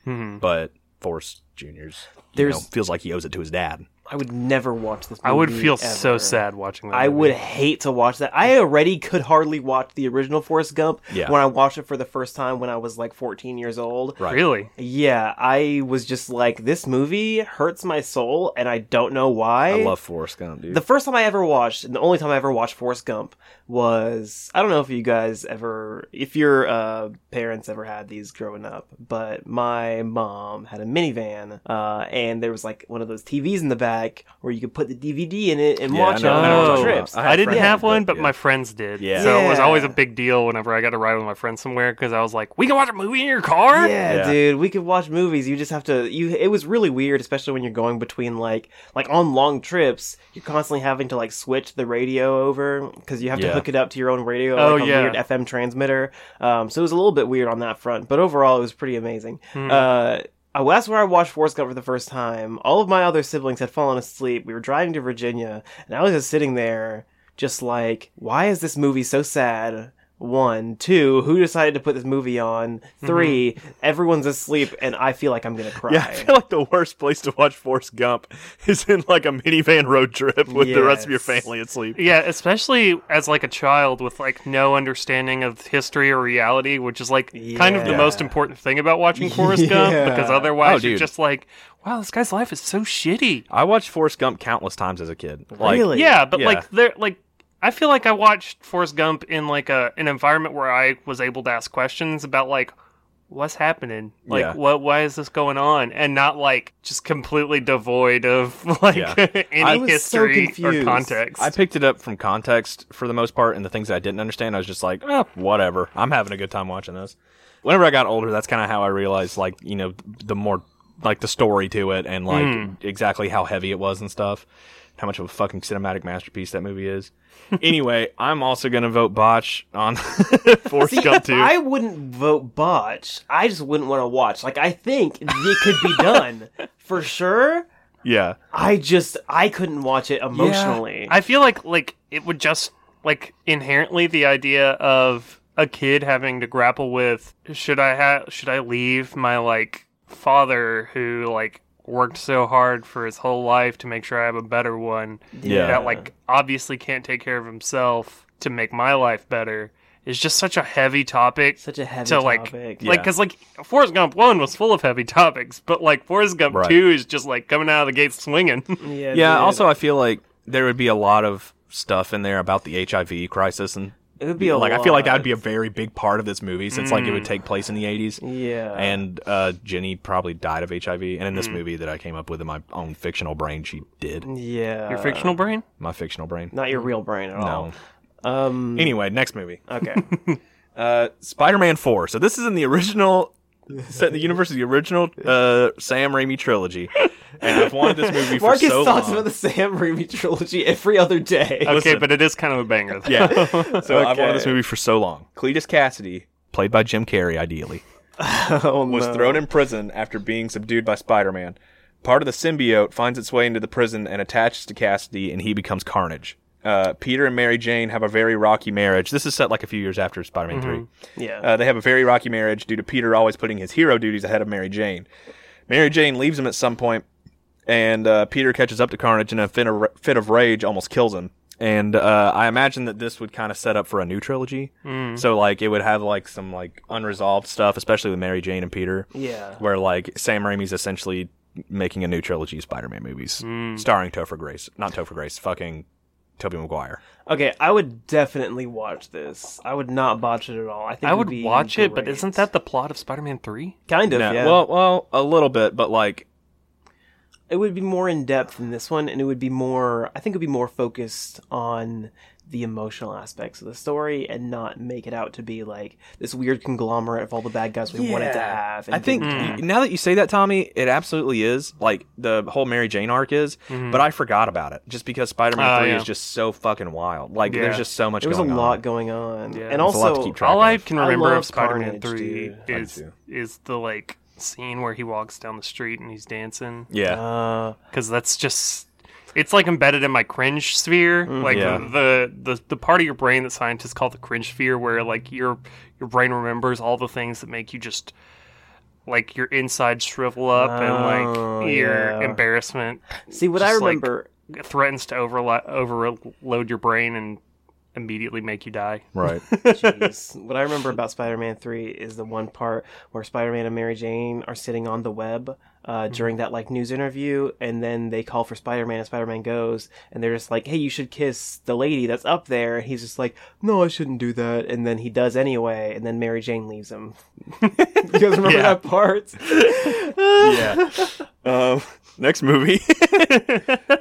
A: But Forrest Jr.'s you
C: Mm-hmm. There's-
A: know, feels like he owes it to his dad.
C: I would never watch this. Movie
B: I would feel so
C: ever.
B: sad watching that.
C: I
B: movie.
C: would hate to watch that. I already could hardly watch the original Forrest Gump
A: Yeah.
C: when I watched it for the first time when I was like 14 years old.
A: Right.
B: really.
C: Yeah, I was just like, this movie hurts my soul, and I don't know why.
A: I love Forrest Gump, dude.
C: the first time I ever watched, and the only time I ever watched Forrest Gump was I don't know if you guys ever, if your uh, parents ever had these growing up, but my mom had a minivan, uh, and there was like one of those TVs in the back where you could put the DVD in it and
A: Yeah,
C: watch
A: I know-
C: it
A: I
C: on
A: know what you're
C: our
A: talking
C: trips.
A: about. I
B: Oh. I,
A: had
B: didn't
A: friends
B: have
A: that-
B: one, but
A: yeah.
B: my friends did.
A: Yeah.
B: So it was
C: Yeah.
B: always a big deal whenever I got to ride with my friends somewhere because I was like, "We can watch a movie in your car."
C: Yeah,
A: Yeah.
C: dude, we could watch movies. You just have to. You. It was really weird, especially when you're going between like like on long trips. You're constantly having to like switch the radio over because you have
A: Yeah.
C: to hook it up to your own radio,
B: Oh,
C: like a
B: yeah.
C: weird FM transmitter. Um, so it was a little bit weird on that front, but overall it was pretty amazing.
B: Hmm.
C: Uh. I, that's where I watched Forrest Gump for the first time. All of my other siblings had fallen asleep. We were driving to Virginia, and I was just sitting there, just like, why is this movie so sad? One, two, who decided to put this movie on? 3 everyone's asleep, and I feel like I'm gonna cry.
A: Mm-hmm. Yeah, I feel like the worst place to watch Forrest Gump is in like a minivan road trip with the rest of your
C: Yes.
A: family asleep.
B: Yeah, especially as like a child with like no understanding of history or reality, which is like kind of the
C: Yeah.
B: most important thing about watching Forrest
C: Yeah.
B: Gump because otherwise
A: Oh,
B: you're
A: dude.
B: just like, wow, this guy's life is so shitty.
A: I watched Forrest Gump countless times as a kid. Like,
C: Really?
B: Yeah, but
A: Yeah.
B: like there like I feel like I watched Forrest Gump in like a an environment where I was able to ask questions about like what's happening? Like,
A: Yeah.
B: what? Why is this going on? And not like just completely devoid of like
A: Yeah.
C: I
B: any
C: was so
B: history or
C: confused.
B: context.
A: I picked it up from context for the most part, and the things that I didn't understand, I was just like, eh, whatever. I'm having a good time watching this. Whenever I got older, that's kind of how I realized, like, you know, the more, like, the story to it and, like, exactly how heavy it was and stuff. How much of a fucking cinematic masterpiece that movie is. anyway, I'm also going to vote Botch on Forrest Gump 2.
C: I wouldn't vote botch. I just wouldn't want to watch. Like I think it could be done for sure.
A: yeah.
C: I just I couldn't watch it emotionally.
B: I feel like like it would just like inherently the idea of a kid having to grapple with should I ha- should I leave my like father who like worked so hard for his whole life to make sure I have a better one
A: Yeah.
B: that like obviously can't take care of himself to make my life better is just such a heavy topic
C: Such a heavy
B: to like like
C: topic.
A: Yeah.
B: because like Forrest Gump one was full of heavy topics but like Forrest Gump
A: Right.
B: two is just like coming out of the gate swinging
A: Yeah.
C: yeah. dude.
A: Also, I feel like there would be a lot of stuff in there about the HIV crisis and.
C: it would be a
A: like I feel like that
C: lot. Mm.
A: would be a very big part of this movie since like it would take place in the 80s.
C: Yeah. Mm.
A: and uh, Jenny probably died of HIV. And in this movie that I came up with in my own fictional brain, she did.
C: yeah.
B: your fictional brain
A: My fictional brain.
C: not your real brain at
A: Mm. No.
C: all. Um
A: Anyway, next movie.
C: okay.
A: Uh, Spider-Man Four. So this is in the original set in the universe of the original uh, Sam Raimi trilogy, and I've wanted this movie for
C: Marcus
A: so
C: talks
A: long.
C: about the Sam Raimi trilogy every other day.
B: Okay,
A: Listen.
B: but it is kind of a banger. Though.
A: yeah, so I've wanted this
C: Okay.
A: movie for so long. Cletus Cassidy, played by Jim Carrey, ideally.
C: Oh,
A: was
C: no.
A: thrown in prison after being subdued by Spider-Man. Part of the symbiote finds its way into the prison and attaches to Cassidy, and he becomes Carnage. Uh, Peter and Mary Jane have a very rocky marriage. This is set like a few years after Spider-Man Three.
C: Yeah.
A: Uh, they have a very rocky marriage due to Peter always putting his hero duties ahead of Mary Jane. Mary Jane leaves him at some point, and uh, Peter catches up to Carnage in a fit of, fit of rage, almost kills him. And uh, I imagine that this would kind of set up for a new trilogy.
C: Mm.
A: So like it would have like some like unresolved stuff, especially with Mary Jane and Peter.
C: Yeah.
A: where like Sam Raimi's essentially making a new trilogy of Spider-Man movies,
C: Mm.
A: starring Topher Grace, not Topher Grace, fucking Tobey Maguire.
C: Okay, I would definitely watch this. I would not botch it at all. I think
B: I
C: it
B: would
C: be
B: watch it, but
C: great.
B: isn't that the plot of Spider-Man Three?
C: kind of?
A: No,
C: yeah.
A: Well, well, a little bit, but like
C: it would be more in depth than this one, and it would be more. I think it would be more focused on the emotional aspects of the story, and not make it out to be like this weird conglomerate of all the bad guys we wanted to
A: Yeah.
C: have. And
A: I think
C: didn't
B: Mm.
A: y- now that you say that, Tommy, it absolutely is. Like the whole Mary Jane arc is, but I forgot about it just because Spider-Man
B: Mm-hmm. Oh,
A: Three
B: yeah.
A: is just so fucking wild. Like
B: Yeah.
A: there's just so much.
C: there was a
A: going
C: lot
A: On.
C: going on,
B: Yeah.
C: and
B: There's
A: a lot to
C: also
A: keep track
B: All
A: of.
B: I can
C: I
B: remember
C: love
B: of Spider-Man
C: Carnage,
B: Three
C: dude.
A: do
B: is
A: too.
B: is the like scene where he walks down the street and he's dancing
A: Yeah,
C: uh,
B: because that's just it's like embedded in my cringe sphere.
C: Mm-hmm.
B: Like
A: Yeah.
B: the, the the part of your brain that scientists call the cringe sphere, where like your your brain remembers all the things that make you just like your inside shrivel up and
C: Oh,
B: like your
C: yeah.
B: embarrassment
C: see what I
B: Just, like,
C: remember.
B: threatens to overlo- overload your brain and immediately make you die.
A: right.
C: Jeez. what I remember about Spider-Man Three is the one part where Spider-Man and Mary Jane are sitting on the web uh, during that like news interview, and then they call for Spider-Man, and Spider-Man goes, and they're just like, "Hey, you should kiss the lady that's up there," and he's just like, "No, I shouldn't do that," and then he does anyway, and then Mary Jane leaves him. you guys remember
B: Yeah.
C: that part?
A: yeah. Um, next movie.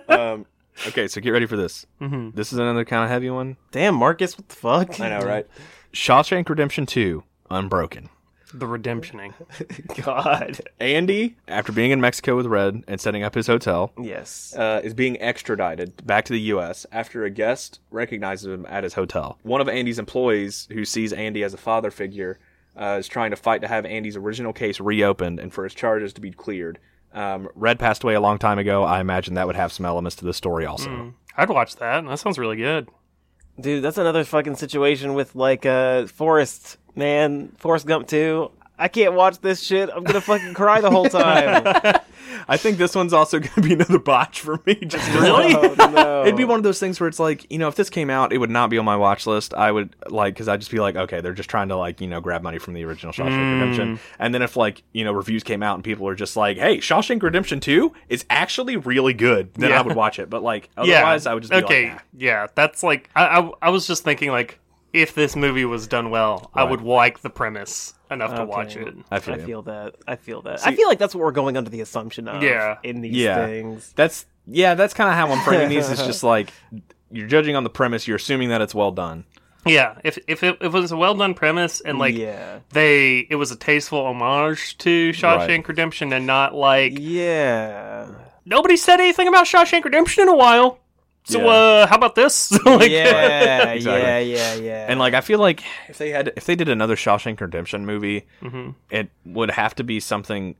A: um, okay, so get ready for this.
B: Mhm.
A: This is another kind of heavy one.
C: Damn, Marcus, what the fuck?
A: right? Shawshank Redemption 2, Unbroken.
B: The redemptioning.
C: God.
A: Andy, after being in Mexico with Red and setting up his hotel,
C: Yes.
A: uh, is being extradited back to the U.S. after a guest recognizes him at his hotel. One of Andy's employees, who sees Andy as a father figure, uh, is trying to fight to have Andy's original case reopened and for his charges to be cleared. Um, Red passed away a long time ago. I imagine that would have some elements to the story also.
B: I'd watch that. That sounds really good.
C: Dude, that's another fucking situation with like uh Forrest, man, Forrest Gump 2. I can't watch this shit. I'm gonna fucking cry the whole time.
A: I think this one's also going to be another botch for me. Just
C: Oh, no.
A: It'd be one of those things where it's like, you know, if this came out, it would not be on my watch list. I would like because I'd just be like, okay, they're just trying to like, you know, grab money from the original Shawshank
B: Hmm.
A: Redemption. And then if like, you know, reviews came out and people were just like, hey, Shawshank Redemption Two is actually really good, then I
B: Yeah.
A: would watch it. But like, otherwise,
B: yeah.
A: I would just be
B: okay.
A: like,
B: yeah, that's like I, I I was just thinking like if this movie was done well, I
A: Right.
B: would like the premise enough to
C: Okay.
B: watch it.
A: I
C: I
A: feel, you.
C: feel that. I feel that. I
A: See-
C: feel like that's what we're going under the assumption of
B: Yeah.
C: in these
A: Yeah.
C: things.
A: that's yeah. That's kind of how I'm framing these. It's just like you're judging on the premise. You're assuming that it's well done.
B: Yeah, if if it, if it was a well done premise and like
C: yeah.
B: they it was a tasteful homage to Shawshank
A: Right.
B: Redemption and not like
C: Yeah.
B: nobody said anything about Shawshank Redemption in a while. So
A: Yeah.
B: uh, how about this? like,
C: yeah,
A: Exactly.
C: yeah, yeah, yeah.
A: And like I feel like if they had if they did another Shawshank Redemption movie, it would have to be something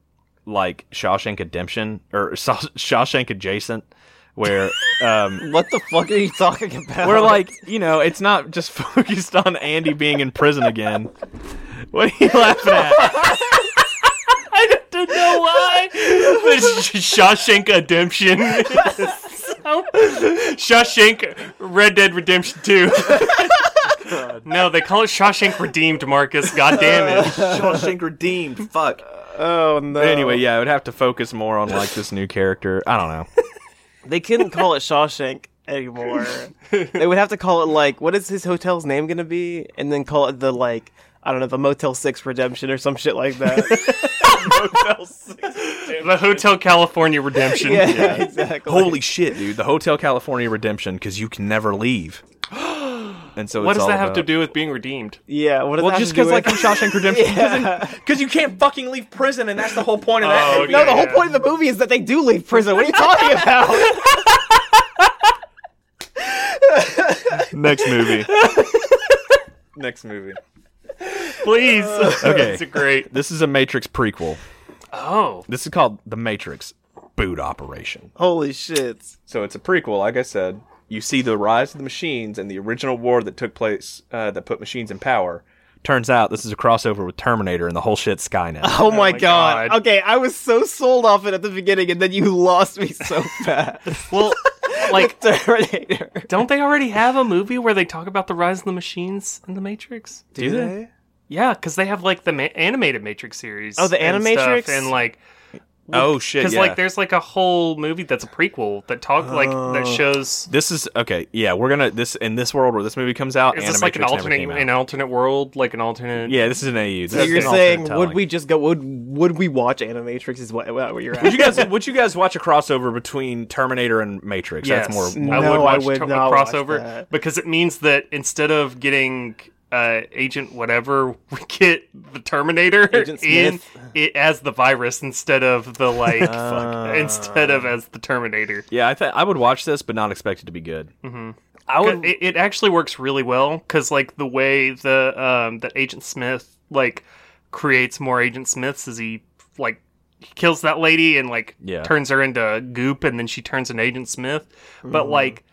A: like Shawshank Redemption or Shaw- Shawshank adjacent, where um,
C: what the fuck are you talking about?
A: We're like, you know, it's not just focused on Andy being in prison again. What are you laughing at?
B: I don't know why. but Shawshank Redemption. So- Shawshank Red Dead Redemption 2. no, they call it Shawshank Redeemed, Marcus. God damn it.
A: Shawshank redeemed. Fuck.
C: oh no.
A: Anyway, yeah, I would have to focus more on like this new character. I don't know.
C: they couldn't call it Shawshank anymore. they would have to call it like, what is his hotel's name gonna be? And then call it the like, I don't know, the Motel Six Redemption or some shit like that.
B: The Hotel California Redemption.
C: yeah, exactly.
A: Holy shit, dude! The Hotel California Redemption because you can never leave. And so,
B: What
A: it's
B: does
A: all
B: that have
A: about-
B: to do with being redeemed?
C: Yeah. What does
A: Well,
C: that
A: just
C: have
A: because
C: to do
A: like in
C: with-
A: Shawshank Redemption, because
C: Yeah.
A: you can't fucking leave prison, and that's the whole point of that.
B: Oh,
A: movie.
C: No, the
B: Yeah.
C: whole point of the movie is that they do leave prison. What are you talking about?
A: Next movie. Next movie.
B: Please.
A: Okay.
B: it's a great.
A: This is a Matrix prequel.
B: Oh.
A: This is called The Matrix Boot Operation.
C: Holy shit.
A: So it's a prequel, like I said. You see the rise of the machines and the original war that took place uh, that put machines in power. Turns out this is a crossover with Terminator and the whole shit Skynet.
C: Oh,
B: my
C: my god.
B: God.
C: Okay, I was so sold off it at the beginning, and then you lost me so fast.
B: Well, like,
C: Terminator.
B: don't they already have a movie where they talk about the rise of the machines in The Matrix?
A: Do they?
B: Yeah, because they have like the ma- animated Matrix series.
C: Oh, the
B: and stuff,
C: Animatrix?
B: and like
A: Oh shit!
B: because
A: Yeah.
B: like there's like a whole movie that's a prequel that talk like
C: Oh.
B: that shows.
A: this is okay. Yeah, we're gonna this in this world where this movie comes out.
B: Is
A: Animatrix
B: this like an
A: never
B: alternate
A: came out.
B: an alternate world like an alternate?
A: yeah, this is an AU. This
C: So
A: is
C: you're
A: an alternate
C: saying would
A: telling.
C: we just go would would we watch Animatrix is what, what you're
A: Would
C: asking.
A: you guys? would you guys watch a crossover between Terminator and Matrix?
B: Yes,
A: That's more.
C: No,
B: I would
C: I
B: watch
C: would
B: to- a
C: not watch
B: crossover
C: that.
B: because it means that instead of getting uh, Agent whatever, we get the Terminator
C: Agent
B: in
C: Smith.
B: it as the virus instead of the like
C: Fuck.
B: instead of as the Terminator.
A: Yeah, I th- I would watch this, but not expect it to be good.
C: I
B: But
C: would
B: it, it actually works really well because like the way the um that agent smith like creates more agent smiths is he like he kills that lady and like
A: Yeah.
B: turns her into goop and then she turns an agent smith but
C: Mm-hmm.
B: like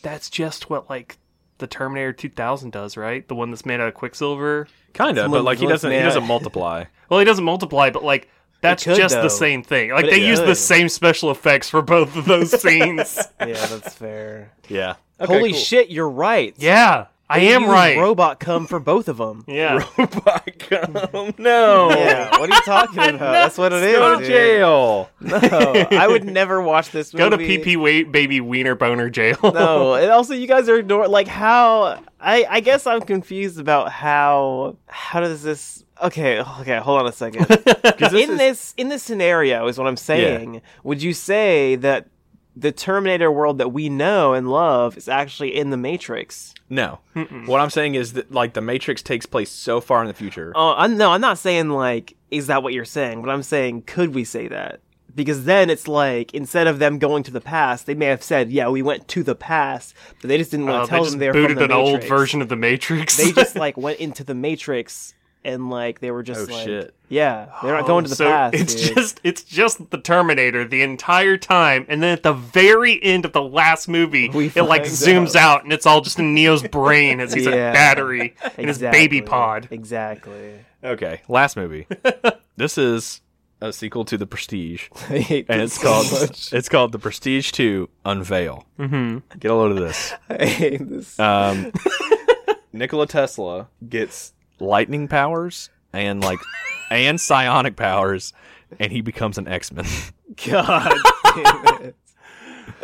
B: that's just what like the terminator 2000 does right the one that's made out of quicksilver
A: Kind of, but
C: Someone-
A: like he
C: someone's
A: doesn't. He
C: mad.
A: doesn't multiply.
B: well he doesn't multiply but like that's
C: could,
B: just
C: though.
B: the same thing like
C: But
B: they
C: it
B: use the
C: could.
B: same special effects for both of those scenes
C: Yeah, that's fair.
A: Yeah.
C: Holy shit, you're right.
B: yeah i am
C: Use
B: right
C: Robot come for both of them.
B: yeah
C: Oh
A: no.
C: Yeah, what are you talking about? That's what it is.
A: Go to
C: dude.
A: jail.
C: No, I would never watch this
B: Go
C: movie.
B: to PP Wait Baby Wiener Boner Jail.
C: No, and also you guys are ignoring like how I I guess I'm confused about how how does this okay okay hold on a second in
A: is-
C: this in this scenario is what I'm saying would you say that the Terminator world that we know and love is actually in the Matrix
A: No. What I'm saying is that like the Matrix takes place so far in the future.
C: oh I'm, no I'm not saying like is that what you're saying but I'm saying could we say that because then it's like instead of them going to the past they may have said yeah we went to the past but they just didn't want
B: Uh,
C: to tell
B: they just
C: them they were from
B: booted
C: the
B: an old
C: Matrix.
B: version of the Matrix.
C: they just like went into the matrix and like they were just
A: Oh,
C: like
A: shit.
C: yeah they're not going to the past
B: Oh, It's
C: dude.
B: just it's just the Terminator the entire time, and then at the very end of the last movie,
C: We
B: it like
C: find
B: zooms out. and it's all just in Neo's brain as he's
C: Yeah.
B: a battery in his
C: Exactly.
B: baby pod.
C: exactly
A: Okay. Last movie. this is a sequel to The Prestige,
C: I hate
A: and
C: this
A: it's called
C: so much.
A: it's called The Prestige Two Unveil. Mm-hmm. Get a load of this.
C: I hate this
A: Um, Nikola Tesla gets lightning powers and like and psionic powers, and he becomes an X Men.
C: god damn it.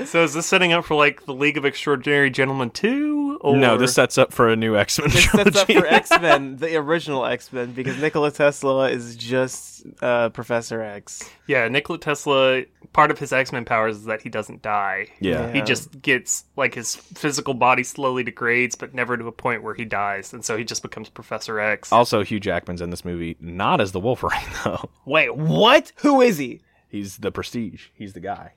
B: So is this setting up for like the League of Extraordinary Gentlemen two Or
A: no, this sets up for a new X Men
C: It
A: trilogy.
C: sets up for X Men, the original X Men, because Nikola Tesla is just uh, Professor X.
B: yeah, Nikola Tesla. Part of his X Men powers is that he doesn't die.
A: yeah.
B: He
C: Yeah.
B: just gets like his physical body slowly degrades, but never to a point where he dies, and so he just becomes Professor X.
A: Also, Hugh Jackman's in this movie, not as the Wolverine though.
B: Wait,
C: What? Who is he?
A: He's the Prestige. He's the guy.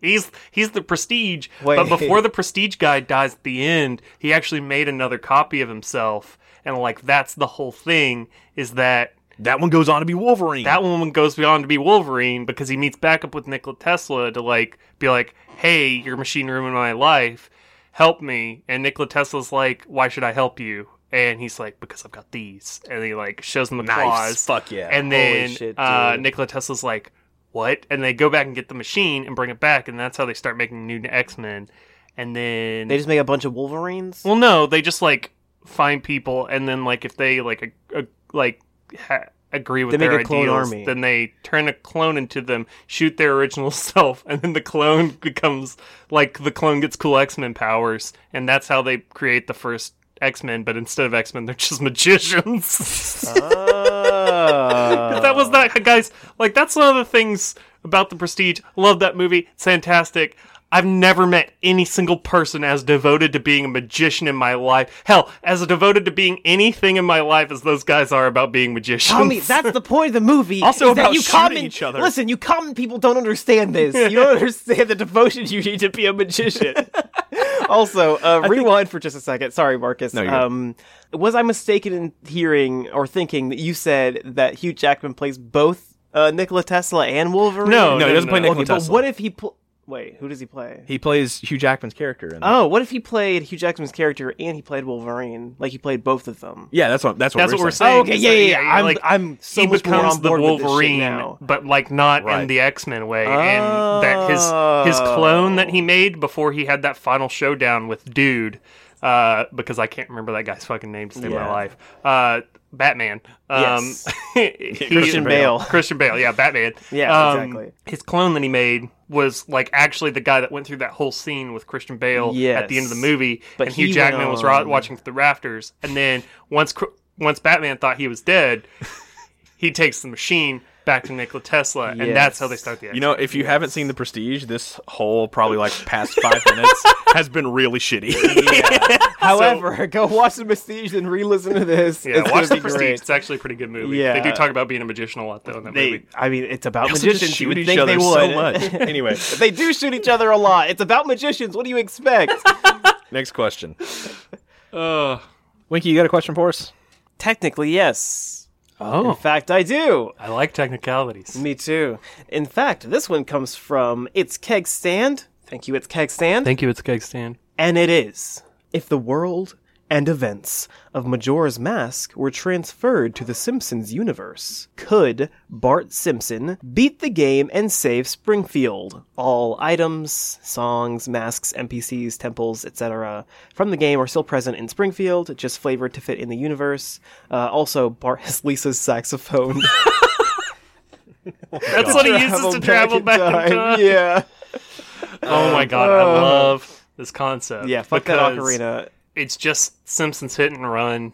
B: he's he's the prestige.
C: Wait.
B: But before the prestige guy dies at the end, he actually made another copy of himself, and like that's the whole thing is that
A: That one goes on to be Wolverine.
B: that woman goes beyond to be Wolverine because he meets back up with Nikola Tesla to like be like, hey, your machine ruined my life, help me. And Nikola Tesla's like, why should I help you? And he's like, because I've got these, and he like shows him the claws.
A: Fuck yeah.
B: And then
C: shit,
B: uh,
C: dude.
B: Nikola Tesla's like, "What?" And they go back and get the machine and bring it back, and that's how they start making new X Men. And then,
C: They just make a bunch of Wolverines.
B: well, no, they just like find people, and then like if they like a, a, like ha- agree with
C: They make
B: their
C: a clone
B: ideals,
C: army.
B: then they turn a clone into them, shoot their original self, and then the clone becomes like the clone gets cool X Men powers, and that's how they create the first. X Men, but instead of X Men, they're just magicians.
C: Uh, Oh.
B: that was that guys like that's one of the things about the prestige love that movie it's fantastic i've never met any single person as devoted to being a magician in my life hell as devoted to being anything in my life as those guys are about being magicians
C: Tommy, that's the point of the movie.
A: Also
C: is that
A: about
C: you
A: shooting
C: common,
A: each other.
C: Listen, you common people don't understand this. You don't understand the devotion you need to be a magician. also, uh, rewind for just a second. Sorry, Marcus.
A: No, you're good.
C: um, was I mistaken in hearing or thinking that you said that Hugh Jackman plays both uh, Nikola Tesla and Wolverine?
B: No,
A: no, he doesn't play
B: no.
A: Nikola
C: Okay, but
A: Tesla.
C: what if he pl- wait? Who does he play?
A: he plays Hugh Jackman's character in.
C: Oh, what if he played Hugh Jackman's character and he played Wolverine? Like he played both of them.
A: yeah, that's what that's what
B: that's
A: we're
B: what we're
A: saying.
B: saying
C: Oh, okay,
B: is
C: yeah,
B: that,
C: yeah, yeah. I'm,
B: like,
C: I'm so
B: he
C: much more
B: becomes
C: on
B: the
C: board with this shit
B: Wolverine,
C: now.
B: but like not in
A: Right.
B: the X Men way, and that his
C: Oh.
B: his clone that he made before he had that final showdown with Dude, uh, because I can't remember that guy's fucking name to save my
C: Yeah.
B: life. Uh, Batman. Um,
C: Yes.
B: he-
C: Christian Bale.
B: Christian Bale. Yeah, Batman.
C: Yeah,
B: Um,
C: exactly.
B: His clone that he made was like actually the guy that went through that whole scene with Christian Bale at the end of the
C: Yes.
B: movie,
C: But
B: and Hugh
C: he
B: Jackman
C: went
B: was ro-
C: on-
B: watching through the rafters, and then once Cr- once Batman thought he was dead, he takes the machine back to Nikola Tesla, and that's how they
C: Yes.
B: start the.
A: You know, if you haven't seen The Prestige, this whole probably like past five minutes has been really shitty.
C: However, go watch The Prestige and re-listen to this.
B: Yeah,
C: it's
B: watch
C: gonna
B: the
C: be
B: Prestige.
C: great.
B: It's actually a pretty good movie.
C: Yeah.
B: They do talk about being a magician a lot though in that
C: They,
B: movie.
C: I mean, it's about
A: They also just
C: magicians. You
A: shoot
C: would
A: each
C: think they
A: other
C: would.
A: so much. Anyway.
C: they do shoot each other a lot. It's about magicians. What do you expect?
A: Next question,
B: Uh,
A: Winky, you got a question for us?
C: Technically, yes. In
B: oh,
C: fact, I do.
B: I like technicalities.
C: Me too. In fact, this one comes from It's Keg Stand. Thank you, It's Keg Stand.
B: Thank you, it's keg stand.
C: And it is. If the world and events of Majora's Mask were transferred to the Simpsons universe, could Bart Simpson beat the game and save Springfield? All items, songs, masks, NPCs, temples, etc. from the game are still present in Springfield, just flavored to fit in the universe. Uh, also, Bart has Lisa's saxophone.
B: That's what he uses to travel back in time.
C: Yeah.
B: Oh my god, I love this concept.
C: Yeah, fuck that
B: because
C: ocarina.
B: It's just Simpsons hit and run,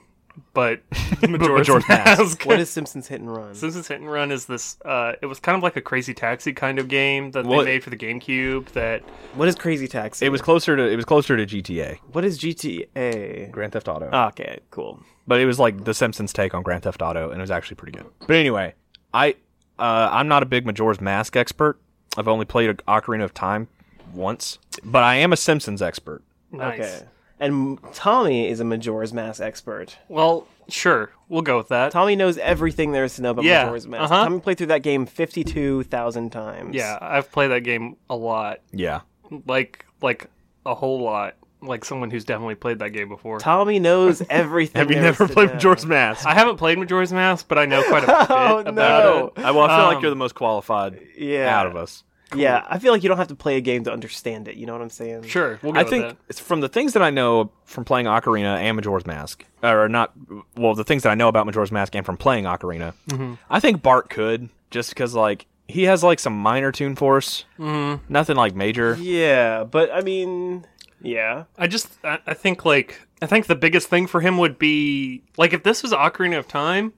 B: but Majora's,
A: Majora's Mask.
B: Mask.
C: What is Simpsons Hit and Run?
B: Simpsons Hit and Run is this. Uh, it was kind of like a Crazy Taxi kind of game that
A: Well,
B: they made for the GameCube. That
C: What is Crazy Taxi?
A: It was closer to it was closer to GTA,
C: What is GTA?
A: Grand Theft Auto.
C: Okay, cool.
A: but it was like the Simpsons take on Grand Theft Auto, and it was actually pretty good. But anyway, I uh, I'm not a big Majora's Mask expert. I've only played Ocarina of Time once, but I am a Simpsons expert.
B: nice.
C: Okay. And Tommy is a Majora's Mask expert.
B: Well, sure, we'll go with that.
C: Tommy knows everything there is to know about
B: Yeah,
C: Majora's Mask.
B: uh-huh.
C: Tommy played through that game 52,000 times.
B: Yeah, I've played that game a lot,
A: Yeah,
B: like like a whole lot, like someone who's definitely played that game before.
C: Tommy knows everything.
A: have you
C: there
A: never
C: is to
A: played
C: know.
A: Majora's Mask?
B: I haven't played Majora's Mask, but I know quite a bit
C: Oh,
B: about
C: no.
B: it.
A: I, well, I feel like
B: Um,
A: you're the most qualified
C: Yeah.
A: out of us.
C: Yeah, I feel like you don't have to play a game to understand it. You know what I'm saying?
B: Sure, we'll go
A: I
B: with
A: think
B: that.
A: it's from the things that I know from playing Ocarina and Majora's Mask, or not, well, the things that I know about Majora's Mask and from playing Ocarina, I think Bart could just because like he has like some minor tune force, nothing like major.
C: Yeah, but I mean, Yeah.
B: I just I, I think like I think the biggest thing for him would be like if this was Ocarina of Time,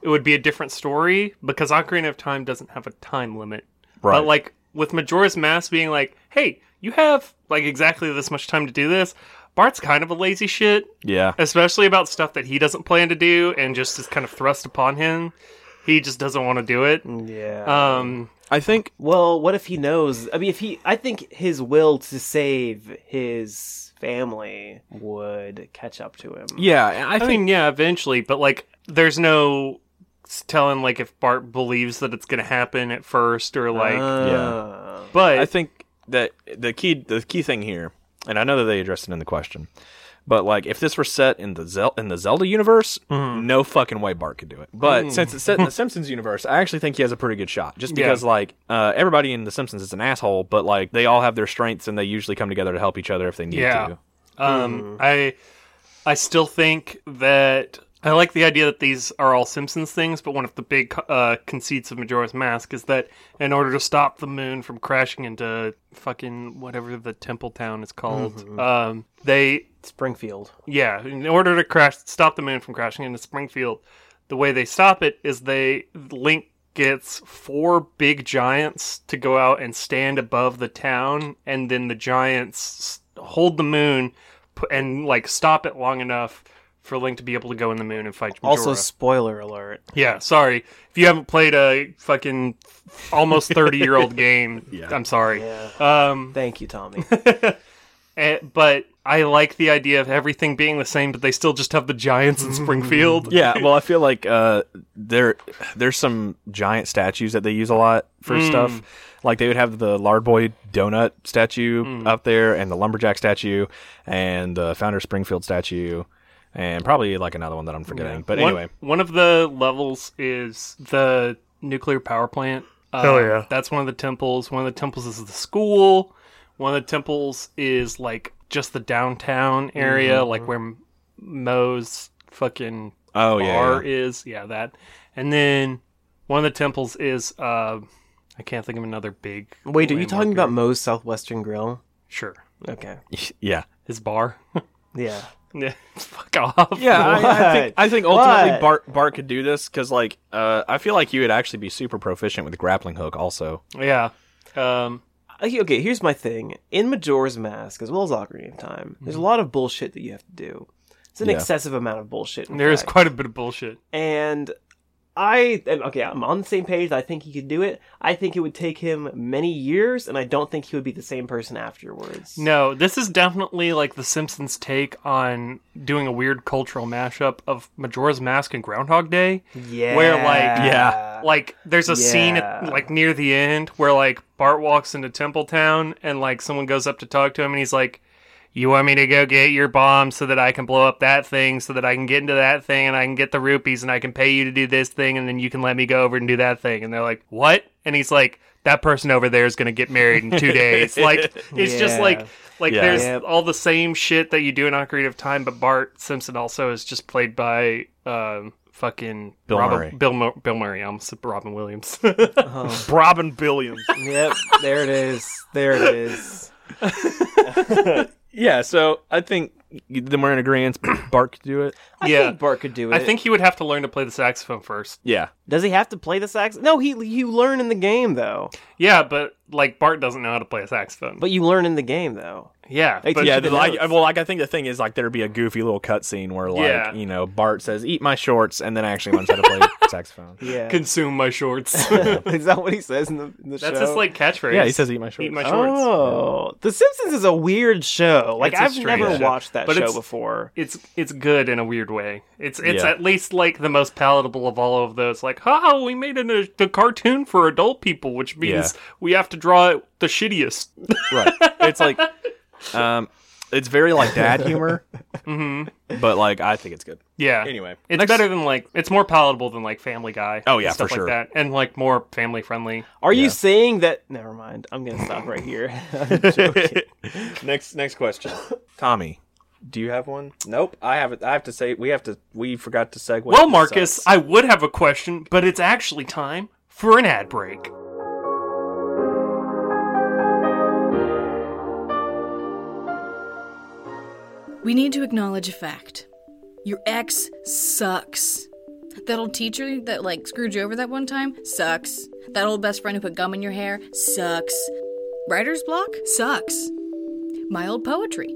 B: it would be a different story because Ocarina of Time doesn't have a time limit.
A: Right.
B: But like with Majora's Mask being like, hey, you have like exactly this much time to do this. Bart's kind of a lazy shit,
A: yeah.
B: especially about stuff that he doesn't plan to do and just is kind of thrust upon him. He just doesn't want to do it.
C: Yeah.
B: Um,
A: I think
C: Uh, well, what if he knows? I mean, if he, I think his will to save his family would catch up to him.
A: yeah, I,
B: I
A: think
B: mean, yeah, eventually, but like, there's no s- telling like if Bart believes that it's gonna happen at first or like.
C: Uh,
B: but
A: I think that the key the key thing here, and I know that they addressed it in the question, but like if this were set in the Zel- in the Zelda universe,
B: Mm-hmm.
A: no fucking way Bart could do it. But since it's set in the Simpsons universe, I actually think he has a pretty good shot. Just
B: Mm. Yeah.
A: because like uh, everybody in the Simpsons is an asshole, but like they all have their strengths and they usually come together to help each other if they need
B: Yeah.
A: to.
B: um, I I still think that I like the idea that these are all Simpsons things, but one of the big uh, conceits of Majora's Mask is that in order to stop the moon from crashing into fucking whatever the temple town is called,
A: Mm-hmm.
B: um, they
C: Springfield.
B: Yeah, in order to crash, stop the moon from crashing into Springfield, the way they stop it is they Link gets four big giants to go out and stand above the town, and then the giants s- hold the moon pu- and like stop it long enough for Link to be able to go in the moon and fight Majora.
C: Also, spoiler alert.
B: yeah, sorry if you haven't played a fucking almost thirty year old game.
A: Yeah.
B: I'm sorry.
C: Yeah.
B: Um,
C: Thank you, Tommy.
B: Eh, but I like the idea of everything being the same, but they still just have the Giants in Springfield.
A: Yeah, well, I feel like uh, there there's some giant statues that they use a lot for stuff. Like they would have the Lard Boy donut statue up there, and the lumberjack statue, and the founder Springfield statue, and probably like another one that I'm forgetting. But
B: One-
A: anyway,
B: one, of the levels is the nuclear power plant. Uh,
C: Hell yeah.
B: That's one of the temples. One of the temples is the school. One of the temples is like just the downtown area,
C: Mm-hmm.
B: like where M- Moe's fucking
A: oh yeah,
B: bar is. Yeah, that. And then one of the temples is uh, I can't think of another big.
C: Wait, are you talking
B: landmark
C: about Moe's Southwestern Grill?
B: area. Sure,
C: Okay.
A: yeah, yeah.
B: his bar.
C: Yeah.
B: Yeah, fuck off.
A: Yeah, I, I think I think ultimately
C: What?
A: Bart Bart could do this because like uh, I feel like you would actually be super proficient with the grappling hook. Also,
B: yeah. Um,
C: Okay, Uh, okay, here's my thing. In Majora's Mask, as well as Ocarina of Time, there's a
B: Mm-hmm.
C: lot of bullshit that you have to do. It's an
A: Yeah.
C: excessive amount of bullshit. in
B: there is
C: fact.
B: quite a bit of bullshit.
C: and I am- okay. I'm on the same page. I think he could do it. I think it would take him many years, and I don't think he would be the same person afterwards.
B: No, this is definitely like the Simpsons take on doing a weird cultural mashup of Majora's Mask and Groundhog Day.
C: Yeah.
B: Where, like-
A: Yeah.
B: Like, there's a scene at,
C: Yeah.
B: like near the end where like Bart walks into Temple Town and like someone goes up to talk to him and he's like, "You want me to go get your bomb so that I can blow up that thing, so that I can get into that thing and I can get the rupees and I can pay you to do this thing and then you can let me go over and do that thing." And they're like, "What?" And he's like, "That person over there is gonna get married in two days." Like, it's just
C: Yeah.
B: like. Like
A: Yeah.
B: there's
C: Yep.
B: all the same shit that you do in Ocarina of Time, but Bart Simpson also is just played by um, fucking
A: Bill
B: Robin,
A: Murray.
B: Bill, Mur- Bill Murray. I almost said Robin Williams.
C: Oh,
B: Robin Williams.
C: yep. There it is. There it is.
A: yeah. So I think then we're in agreement. Bart could do it.
C: I
B: Yeah.
C: think Bart could do it.
B: I think he would have to learn to play the saxophone first.
A: Yeah.
C: Does he have to play the sax? No, he you learn in the game though.
B: Yeah, but like Bart doesn't know how to play a saxophone.
C: But you learn in the game though.
B: yeah,
C: They
B: but
C: teach
A: yeah,
C: you the
A: like
C: notes.
A: well, like I think the thing is like there'd be a goofy little cutscene where like
B: Yeah.
A: you know Bart says "eat my shorts" and then actually learns how to play saxophone.
C: Yeah.
B: consume my shorts.
C: is that what he says in the, in the show?
B: That's his like catchphrase.
A: Yeah, he says "eat my shorts."
B: "Eat my shorts."
C: Oh, The Simpsons is a weird show. Like
B: It's a
C: I've
B: strange
C: never
B: show.
C: watched that
B: But
C: show
B: it's-
C: before.
B: It's it's good in a weird way. It's it's
A: Yeah.
B: at least like the most palatable of all of those. Like, oh, we made an, a, a cartoon for adult people, which means
A: Yeah.
B: we have to draw it the shittiest.
A: right. It's like, um, it's very like dad humor,
B: hmm
A: but like I think it's good.
B: Yeah,
A: Anyway,
B: It's
A: next-
B: better than like it's more palatable than like Family Guy.
A: Oh, yeah,
B: and stuff
A: for sure.
B: like that, and like more family friendly.
C: Are
A: Yeah.
C: you saying that? Never mind. I'm gonna stop right here. I'm joking.
A: next next question, Tommy. Do you have one? Nope. I have it. I have to say we have to. We forgot to segue.
B: Well, Marcus, I would have a question, but it's actually time for an ad break.
D: We need to acknowledge a fact. Your ex sucks. That old teacher that like screwed you over that one time sucks. That old best friend who put gum in your hair sucks. Writer's block sucks. My old poetry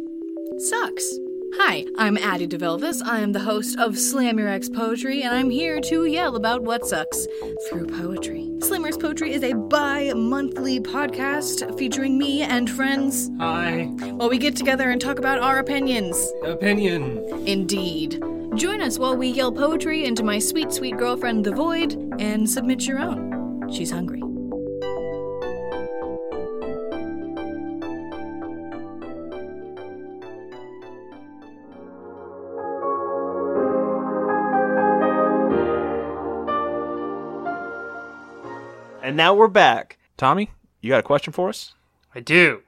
D: sucks. Hi, I'm Addie DeVelvis. I am the host of Slam Your Ex Poetry, and I'm here to yell about what sucks through poetry. Slammer's Poetry is a bi monthly podcast featuring me and friends
E: Hi.
D: while we get together and talk about our opinions.
E: Opinion.
D: Indeed. Join us while we yell poetry into my sweet, sweet girlfriend, The Void, and submit your own. She's hungry.
C: And now we're back.
A: Tommy, you got a question for us?
B: I do.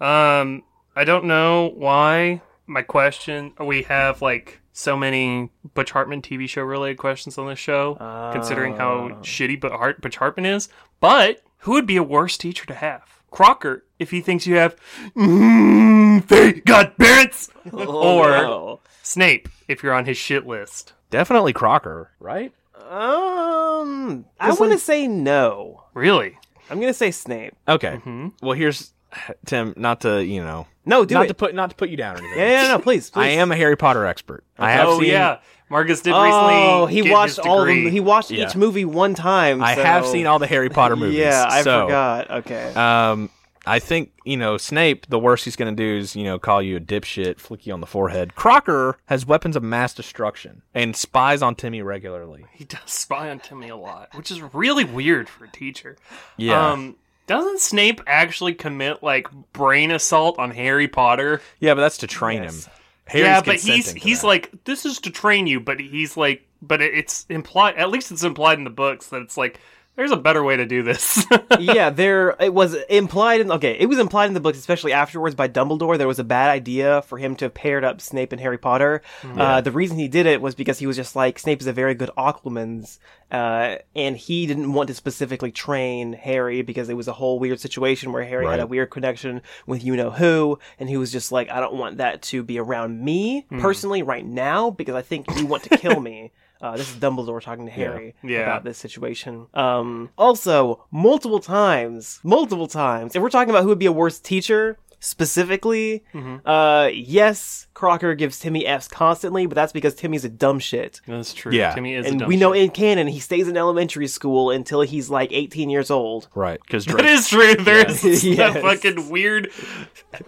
B: Um, I don't know why my question. We have like so many Butch Hartman TV show related questions on this show, considering how shitty but Hart Butch Hartman is. But who would be a worse teacher to have? Crocker, if he thinks you have mm, fake godparents, or
C: Uh, oh, no.
B: Snape, if you're on his shit list.
A: Definitely Crocker, right?
C: Um, I
A: It's
C: want to
A: like-
C: say no.
B: Really?
C: I'm gonna say Snape.
A: Okay.
B: Mm-hmm.
A: Well, here's Tim. Not to you know,
C: No, do
A: not
C: it.
A: to put not to put you down or anything.
C: yeah, yeah, no, please, please.
A: I am a Harry Potter expert. I have
B: oh
A: seen.
B: yeah, Marcus did recently.
C: Oh, he
B: get
C: watched
B: his
C: all of them.
B: degree.
C: He watched
A: Yeah.
C: each movie one time.
A: I
C: so-
A: have seen all the Harry Potter movies.
C: Yeah, I
A: so,
C: forgot. Okay.
A: Um, I think you know Snape. The worst he's going to do is you know call you a dipshit, flick you on the forehead. Crocker has weapons of mass destruction and spies on Timmy regularly.
B: He does spy on Timmy a lot, which is really weird for a teacher.
A: Yeah,
B: Um, doesn't Snape actually commit like brain assault on Harry Potter?
A: yeah, but that's to train him. Harry's
B: yeah, but he's
A: consenting to
B: he's
A: that.
B: like this is to train you, but he's like, but it- it's implied. At least it's implied in the books that it's like there's a better way to do this.
C: yeah, there it was implied in okay, it was implied in the books, especially afterwards by Dumbledore. There was a bad idea for him to have paired up Snape and Harry Potter. Uh, the reason he did it was because he was just like Snape is a very good Occlumens, uh, and he didn't want to specifically train Harry because it was a whole weird situation where Harry had
A: Right.
C: a weird connection with you know who, and he was just like, I don't want that to be around me personally right now because I think you want to kill me. Uh, this is Dumbledore talking to Harry
B: Yeah.
C: about this situation. Um, also, multiple times, multiple times, if we're talking about who would be a worse teacher specifically,
B: Mm-hmm.
C: uh, yes, Crocker gives Timmy F's constantly, but that's because Timmy's a dumb shit.
B: That's true.
A: Yeah.
B: Timmy is.
C: and
B: a dumb
C: we know
B: shit.
C: in canon he stays in elementary school until he's like 18 years old.
A: right because
B: That is true. There's
C: Yes.
B: that fucking weird,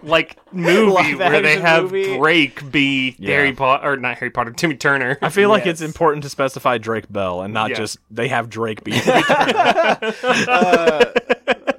B: like movie
C: Live
B: where they
C: action
B: have
C: movie.
B: Drake be
A: Yeah.
B: Harry Potter or not Harry Potter, Timmy Turner.
A: I feel like it's
C: Yes.
A: important to specify Drake Bell and not
B: Yeah.
A: just they have Drake be.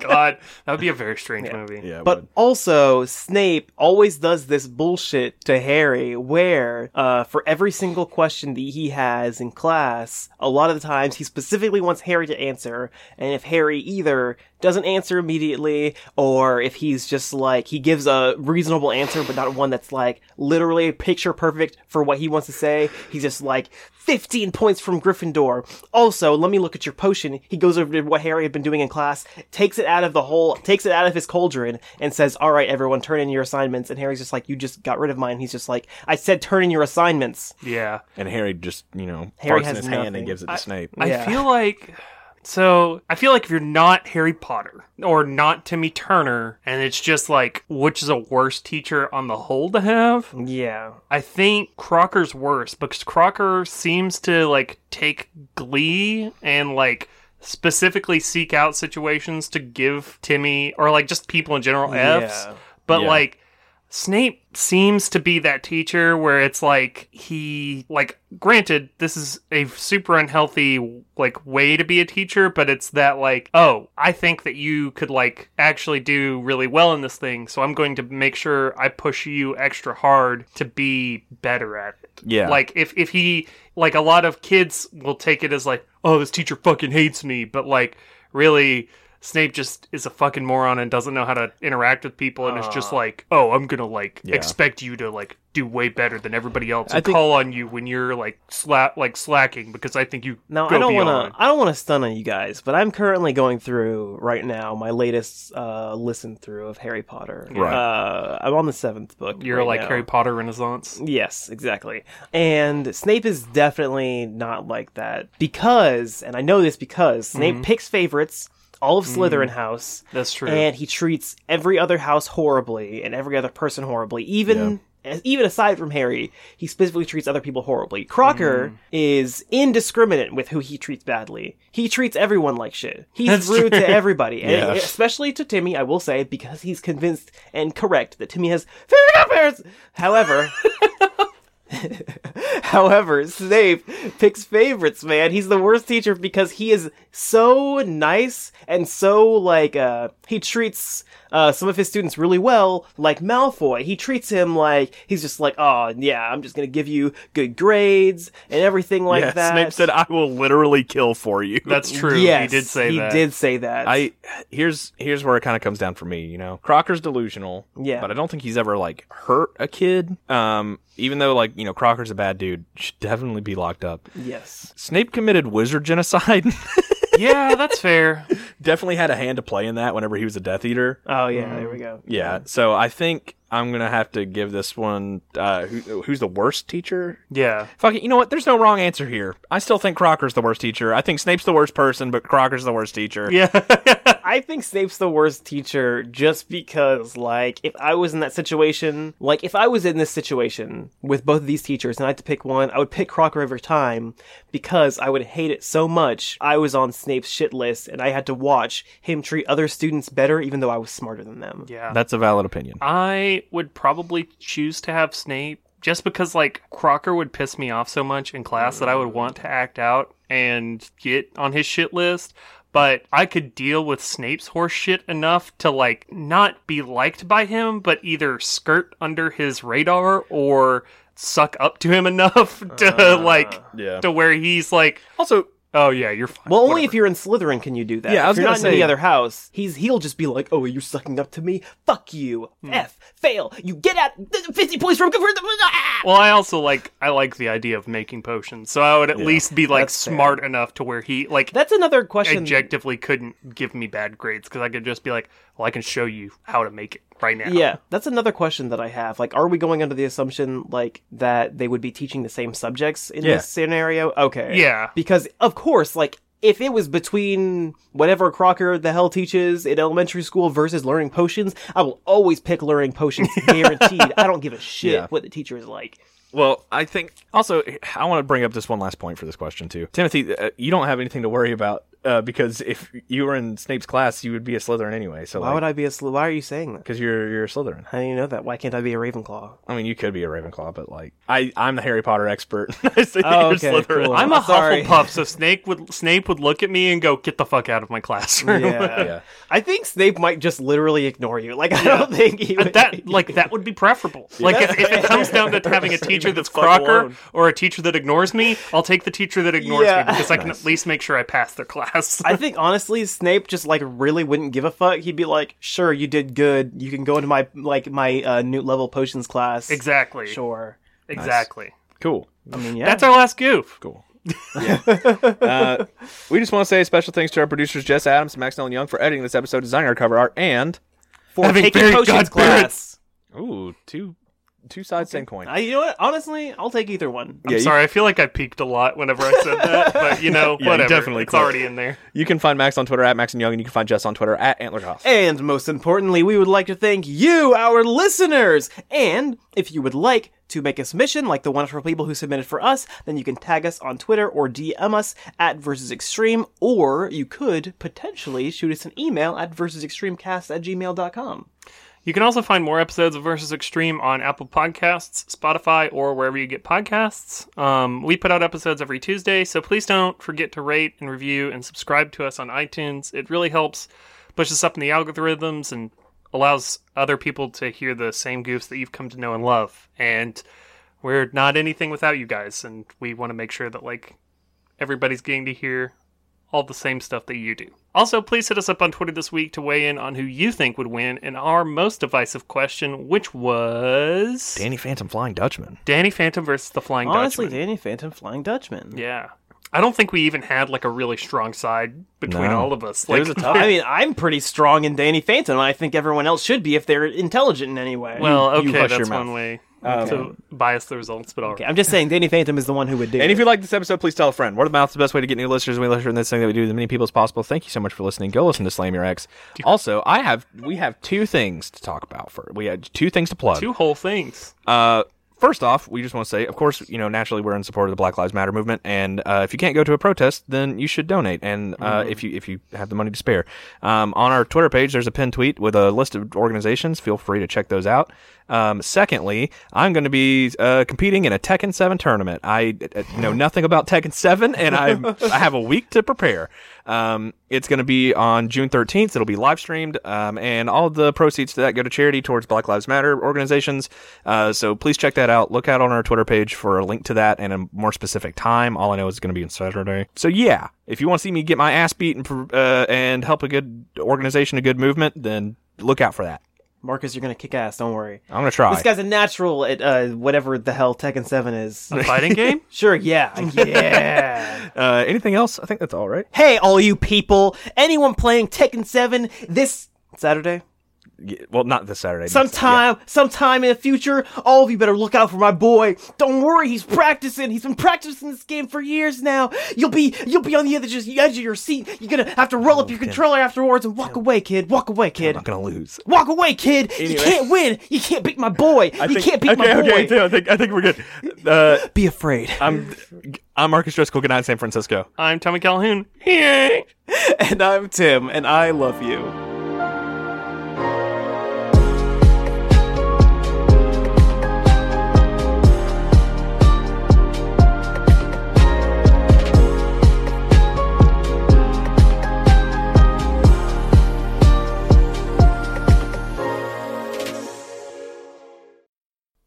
B: God, that would be a very strange movie.
A: yeah,
C: But also, Snape always does this bullshit to Harry, where uh, for every single question that he has in class, a lot of the times he specifically wants Harry to answer, and if Harry either doesn't answer immediately, or if he's just like he gives a reasonable answer but not one that's like literally picture perfect for what he wants to say, he's just like. 15 points from Gryffindor. Also, let me look at your potion. He goes over to what Harry had been doing in class, takes it out of the hole, takes it out of his cauldron, and says, All right, everyone, turn in your assignments. And Harry's just like, You just got rid of mine. He's just like, I said, turn in your assignments.
B: Yeah.
A: and Harry just you know
C: Harry
A: farts in
C: has
A: his hand
C: nothing.
A: and gives it to Snape.
B: I feel like so I feel like if you're not Harry Potter or not Timmy Turner and it's just like which is a worse teacher on the whole to have,
C: Yeah.
B: I think Crocker's worse because Crocker seems to like take glee and like specifically seek out situations to give Timmy or like just people in general F's.
C: Yeah.
B: But
A: Yeah.
B: like Snape seems to be that teacher where it's like he like granted this is a super unhealthy like way to be a teacher but it's that like oh I think that you could like actually do really well in this thing so I'm going to make sure I push you extra hard to be better at it.
A: Yeah.
B: Like if if he like a lot of kids will take it as like oh this teacher fucking hates me but like really Snape just is a fucking moron and doesn't know how to interact with people, and it's just like, oh, I'm gonna like
A: Yeah.
B: expect you to like do way better than everybody else.
A: I
B: and
A: think-
B: call on you when you're like slack like slacking because I think you
C: Now
B: go
C: I don't
B: beyond.
C: want to. I don't want to stun on you guys, but I'm currently going through right now my latest uh, listen through of Harry Potter.
A: Right.
C: Uh, I'm on the seventh book.
B: You're
C: right
B: like
C: now.
B: Harry Potter Renaissance.
C: Yes, exactly. And Snape is definitely not like that because, and I know this because Snape picks favorites, all of Slytherin House,
B: Mm-hmm. Mm. That's true.
C: and he treats every other house horribly and every other person horribly. Even even aside from Harry, he specifically treats other people horribly. Crocker
B: Mm.
C: is indiscriminate with who he treats badly. He treats everyone like shit. He's
B: That's
C: rude to
B: true.
C: everybody, and
A: Yeah.
C: especially to Timmy. I will say because he's convinced and correct that Timmy has fair parents. However. However, Snape picks favorites, man. He's the worst teacher because he is so nice and so like uh he treats uh some of his students really well, like Malfoy. He treats him like he's just like, "Oh, yeah, I'm just going to give you good grades and everything like
A: yeah,
C: that."
A: Snape said, "I will literally kill for you."
B: That's true.
C: Yes,
B: he did say
C: he
B: that.
C: did say that.
A: I here's here's where it kind of comes down for me, you know. Crocker's delusional,
C: Yeah.
A: but I don't think he's ever like hurt a kid. Um, even though like you know Crocker's a bad dude, should definitely be locked up.
C: yes.
A: Snape committed wizard genocide.
B: yeah, that's fair.
A: definitely had a hand to play in that. Whenever he was a Death Eater,
C: Oh yeah, there we go.
A: yeah. So I think I'm gonna have to give this one. Uh, who, who's the worst teacher?
B: Yeah.
A: Fuck it. You know what? There's no wrong answer here. I still think Crocker's the worst teacher. I think Snape's the worst person, but Crocker's the worst teacher.
B: Yeah.
C: I think Snape's the worst teacher just because, like, if I was in that situation, like, if I was in this situation with both of these teachers and I had to pick one, I would pick Crocker every time because I would hate it so much. I was on Snape's shit list and I had to watch him treat other students better, even though I was smarter than them.
B: yeah.
A: That's a valid opinion.
B: I would probably choose to have Snape just because like Crocker would piss me off so much in class that I would want to act out and get on his shit list. But I could deal with Snape's horse shit enough to like not be liked by him, but either skirt under his radar or suck up to him enough to like
A: yeah.
B: to where he's like,
A: Also,
B: Oh yeah, you're fine.
C: Well, only
B: Whatever.
C: if you're in Slytherin can you do that.
A: Yeah, I
C: If
A: was
C: you're
A: gonna
C: not in any
A: say-
C: other house. He's he'll just be like, "Oh, you're sucking up to me. Fuck you.
A: Hmm.
C: F fail. You get out. Fifty points from." Ah!
B: Well, I also like I like the idea of making potions, so I would at least be like
C: That's fair.
B: smart enough to where he like
C: That's another question.
B: objectively couldn't give me bad grades because I could just be like, well, I can show you how to make it right now.
C: Yeah, that's another question that I have. Like, are we going under the assumption like that they would be teaching the same subjects in
A: Yeah.
C: this scenario? Okay.
B: Yeah.
C: Because of course, like if it was between whatever Crocker the hell teaches in elementary school versus learning potions, I will always pick learning potions, guaranteed. I don't give a shit
A: Yeah.
C: what the teacher is like.
A: Well, I think also I want to bring up this one last point for this question too, Timothy. Uh, you don't have anything to worry about uh, because if you were in Snape's class, you would be a Slytherin anyway. So
C: Why would I be a? Sly- Why are you saying that?
A: Because you're you're a Slytherin.
C: How do you know that? Why can't I be a Ravenclaw?
A: I mean, you could be a Ravenclaw, but like I I'm the Harry Potter expert. I say that
C: Oh,
A: you're
C: okay,
A: Slytherin.
C: cool.
B: I'm a
C: Sorry.
B: Hufflepuff, so Snape would Snape would look at me and go, "Get the fuck out of my classroom."
C: Yeah.
A: Yeah.
C: I think Snape might just literally ignore you. Like I don't think he would.
B: That like that would be preferable. Like if, if it comes down to having a teacher that's Crocker
A: alone.
B: or a teacher that ignores me, I'll take the teacher that ignores
C: Yeah.
B: me because I can at least make sure I pass their class.
C: I think honestly, Snape just like really wouldn't give a fuck. He'd be like, "Sure, you did good. You can go into my like my uh, new level potions class."
B: exactly.
C: Sure.
B: Exactly.
A: Cool.
C: I mean, yeah.
B: That's our last goof.
A: Cool. Yeah. uh, we just want to say special thanks to our producers Jess Adams and Max Nolan Young for editing this episode, designing our cover art, and
C: for
B: Having
C: taking
B: very
C: potions
B: good
C: class.
A: ooh two two sides same coin.
C: I, you know what? Honestly, I'll take either one.
A: Yeah,
B: I'm
A: you-
B: sorry, I feel like I peaked a lot whenever I said that, but you know,
A: Yeah, you
B: whatever.
A: definitely
B: it's
A: clipped.
B: already in there.
A: You can find Max on Twitter at Max and Young, and you can find Jess on Twitter at Antlerhoff.
C: And most importantly, we would like to thank you, our listeners. And if you would like to make a submission like the wonderful people who submitted for us, then you can tag us on Twitter or DM us at versus extreme, or you could potentially shoot us an email at versusextremecast at gmail.com.
B: You can also find more episodes of Versus Extreme on Apple Podcasts, Spotify, or wherever you get podcasts. Um, we put out episodes every Tuesday, so please don't forget to rate and review and subscribe to us on iTunes. It really helps push us up in the algorithms and allows other people to hear the same goofs that you've come to know and love. And we're not anything without you guys, and we want to make sure that like everybody's getting to hear all the same stuff that you do. Also, please hit us up on Twitter this week to weigh in on who you think would win in our most divisive question, which was
A: Danny Phantom Flying Dutchman.
B: Danny Phantom versus the Flying
C: Honestly,
B: Dutchman.
C: Danny Phantom, Flying Dutchman.
B: Yeah. I don't think we even had like a really strong side between
A: No.
B: all of us.
A: It
B: Like,
A: was a tough-
C: I mean, I'm pretty strong in Danny Phantom. I think everyone else should be if they're intelligent in any way.
B: well,
A: you
B: okay,
A: hush your
B: that's
A: mouth.
B: one way
C: Okay.
B: to bias the results, but all right.
C: okay, I'm just saying Danny Phantom is the one who would do.
A: And
C: it.
A: if you like this episode, please tell a friend. Word of mouth is the best way to get new listeners. We listen to this thing that we do to as many people as possible. Thank you so much for listening. Go listen to Slam Your Ex. Also, I have we have two things to talk about. For we had two things to plug.
B: Two whole things.
A: Uh, first off, we just want to say, of course, you know, naturally we're in support of the Black Lives Matter movement, and uh, if you can't go to a protest, then you should donate. And uh, if you if you have the money to spare, um, on our Twitter page, there's a pinned tweet with a list of organizations. Feel free to check those out. Um, secondly, I'm going to be uh, competing in a Tekken 7 tournament. I uh, know nothing about Tekken 7, and I I have a week to prepare. Um, it's going to be on June 13th. It'll be live streamed, um, and all the proceeds to that go to charity towards Black Lives Matter organizations. Uh, so please check that out. Look out on our Twitter page for a link to that and a more specific time. All I know is it's going to be on Saturday. So yeah, if you want to see me get my ass beat and pr- uh, and help a good organization, a good movement, then look out for that.
C: Marcus, you're gonna kick ass. Don't worry.
A: I'm going to try.
C: This guy's a natural at uh, whatever the hell Tekken Seven is.
B: A fighting game?
C: sure, yeah, yeah.
A: uh, anything else? I think that's all right.
C: hey, all you people! Anyone playing Tekken Seven this Saturday?
A: Yeah, well, not this Saturday. next-
C: Sometime, sometime in the future, all of you better look out for my boy. Don't worry, he's practicing. He's been practicing this game for years now. You'll be, you'll be on the edge of, edge of your seat. You're gonna have to roll up your controller afterwards and walk away, kid. Walk away, kid.
A: yeah, I'm going to lose.
C: Walk away, kid. You can't win. You can't beat my boy. you can't beat my boy.
A: I think I think we're good. Uh,
C: be afraid.
A: I'm I'm Marcus Driscoll. Good night, San Francisco.
B: I'm Tommy Calhoun. Yay!
C: and I'm Tim, and I love you.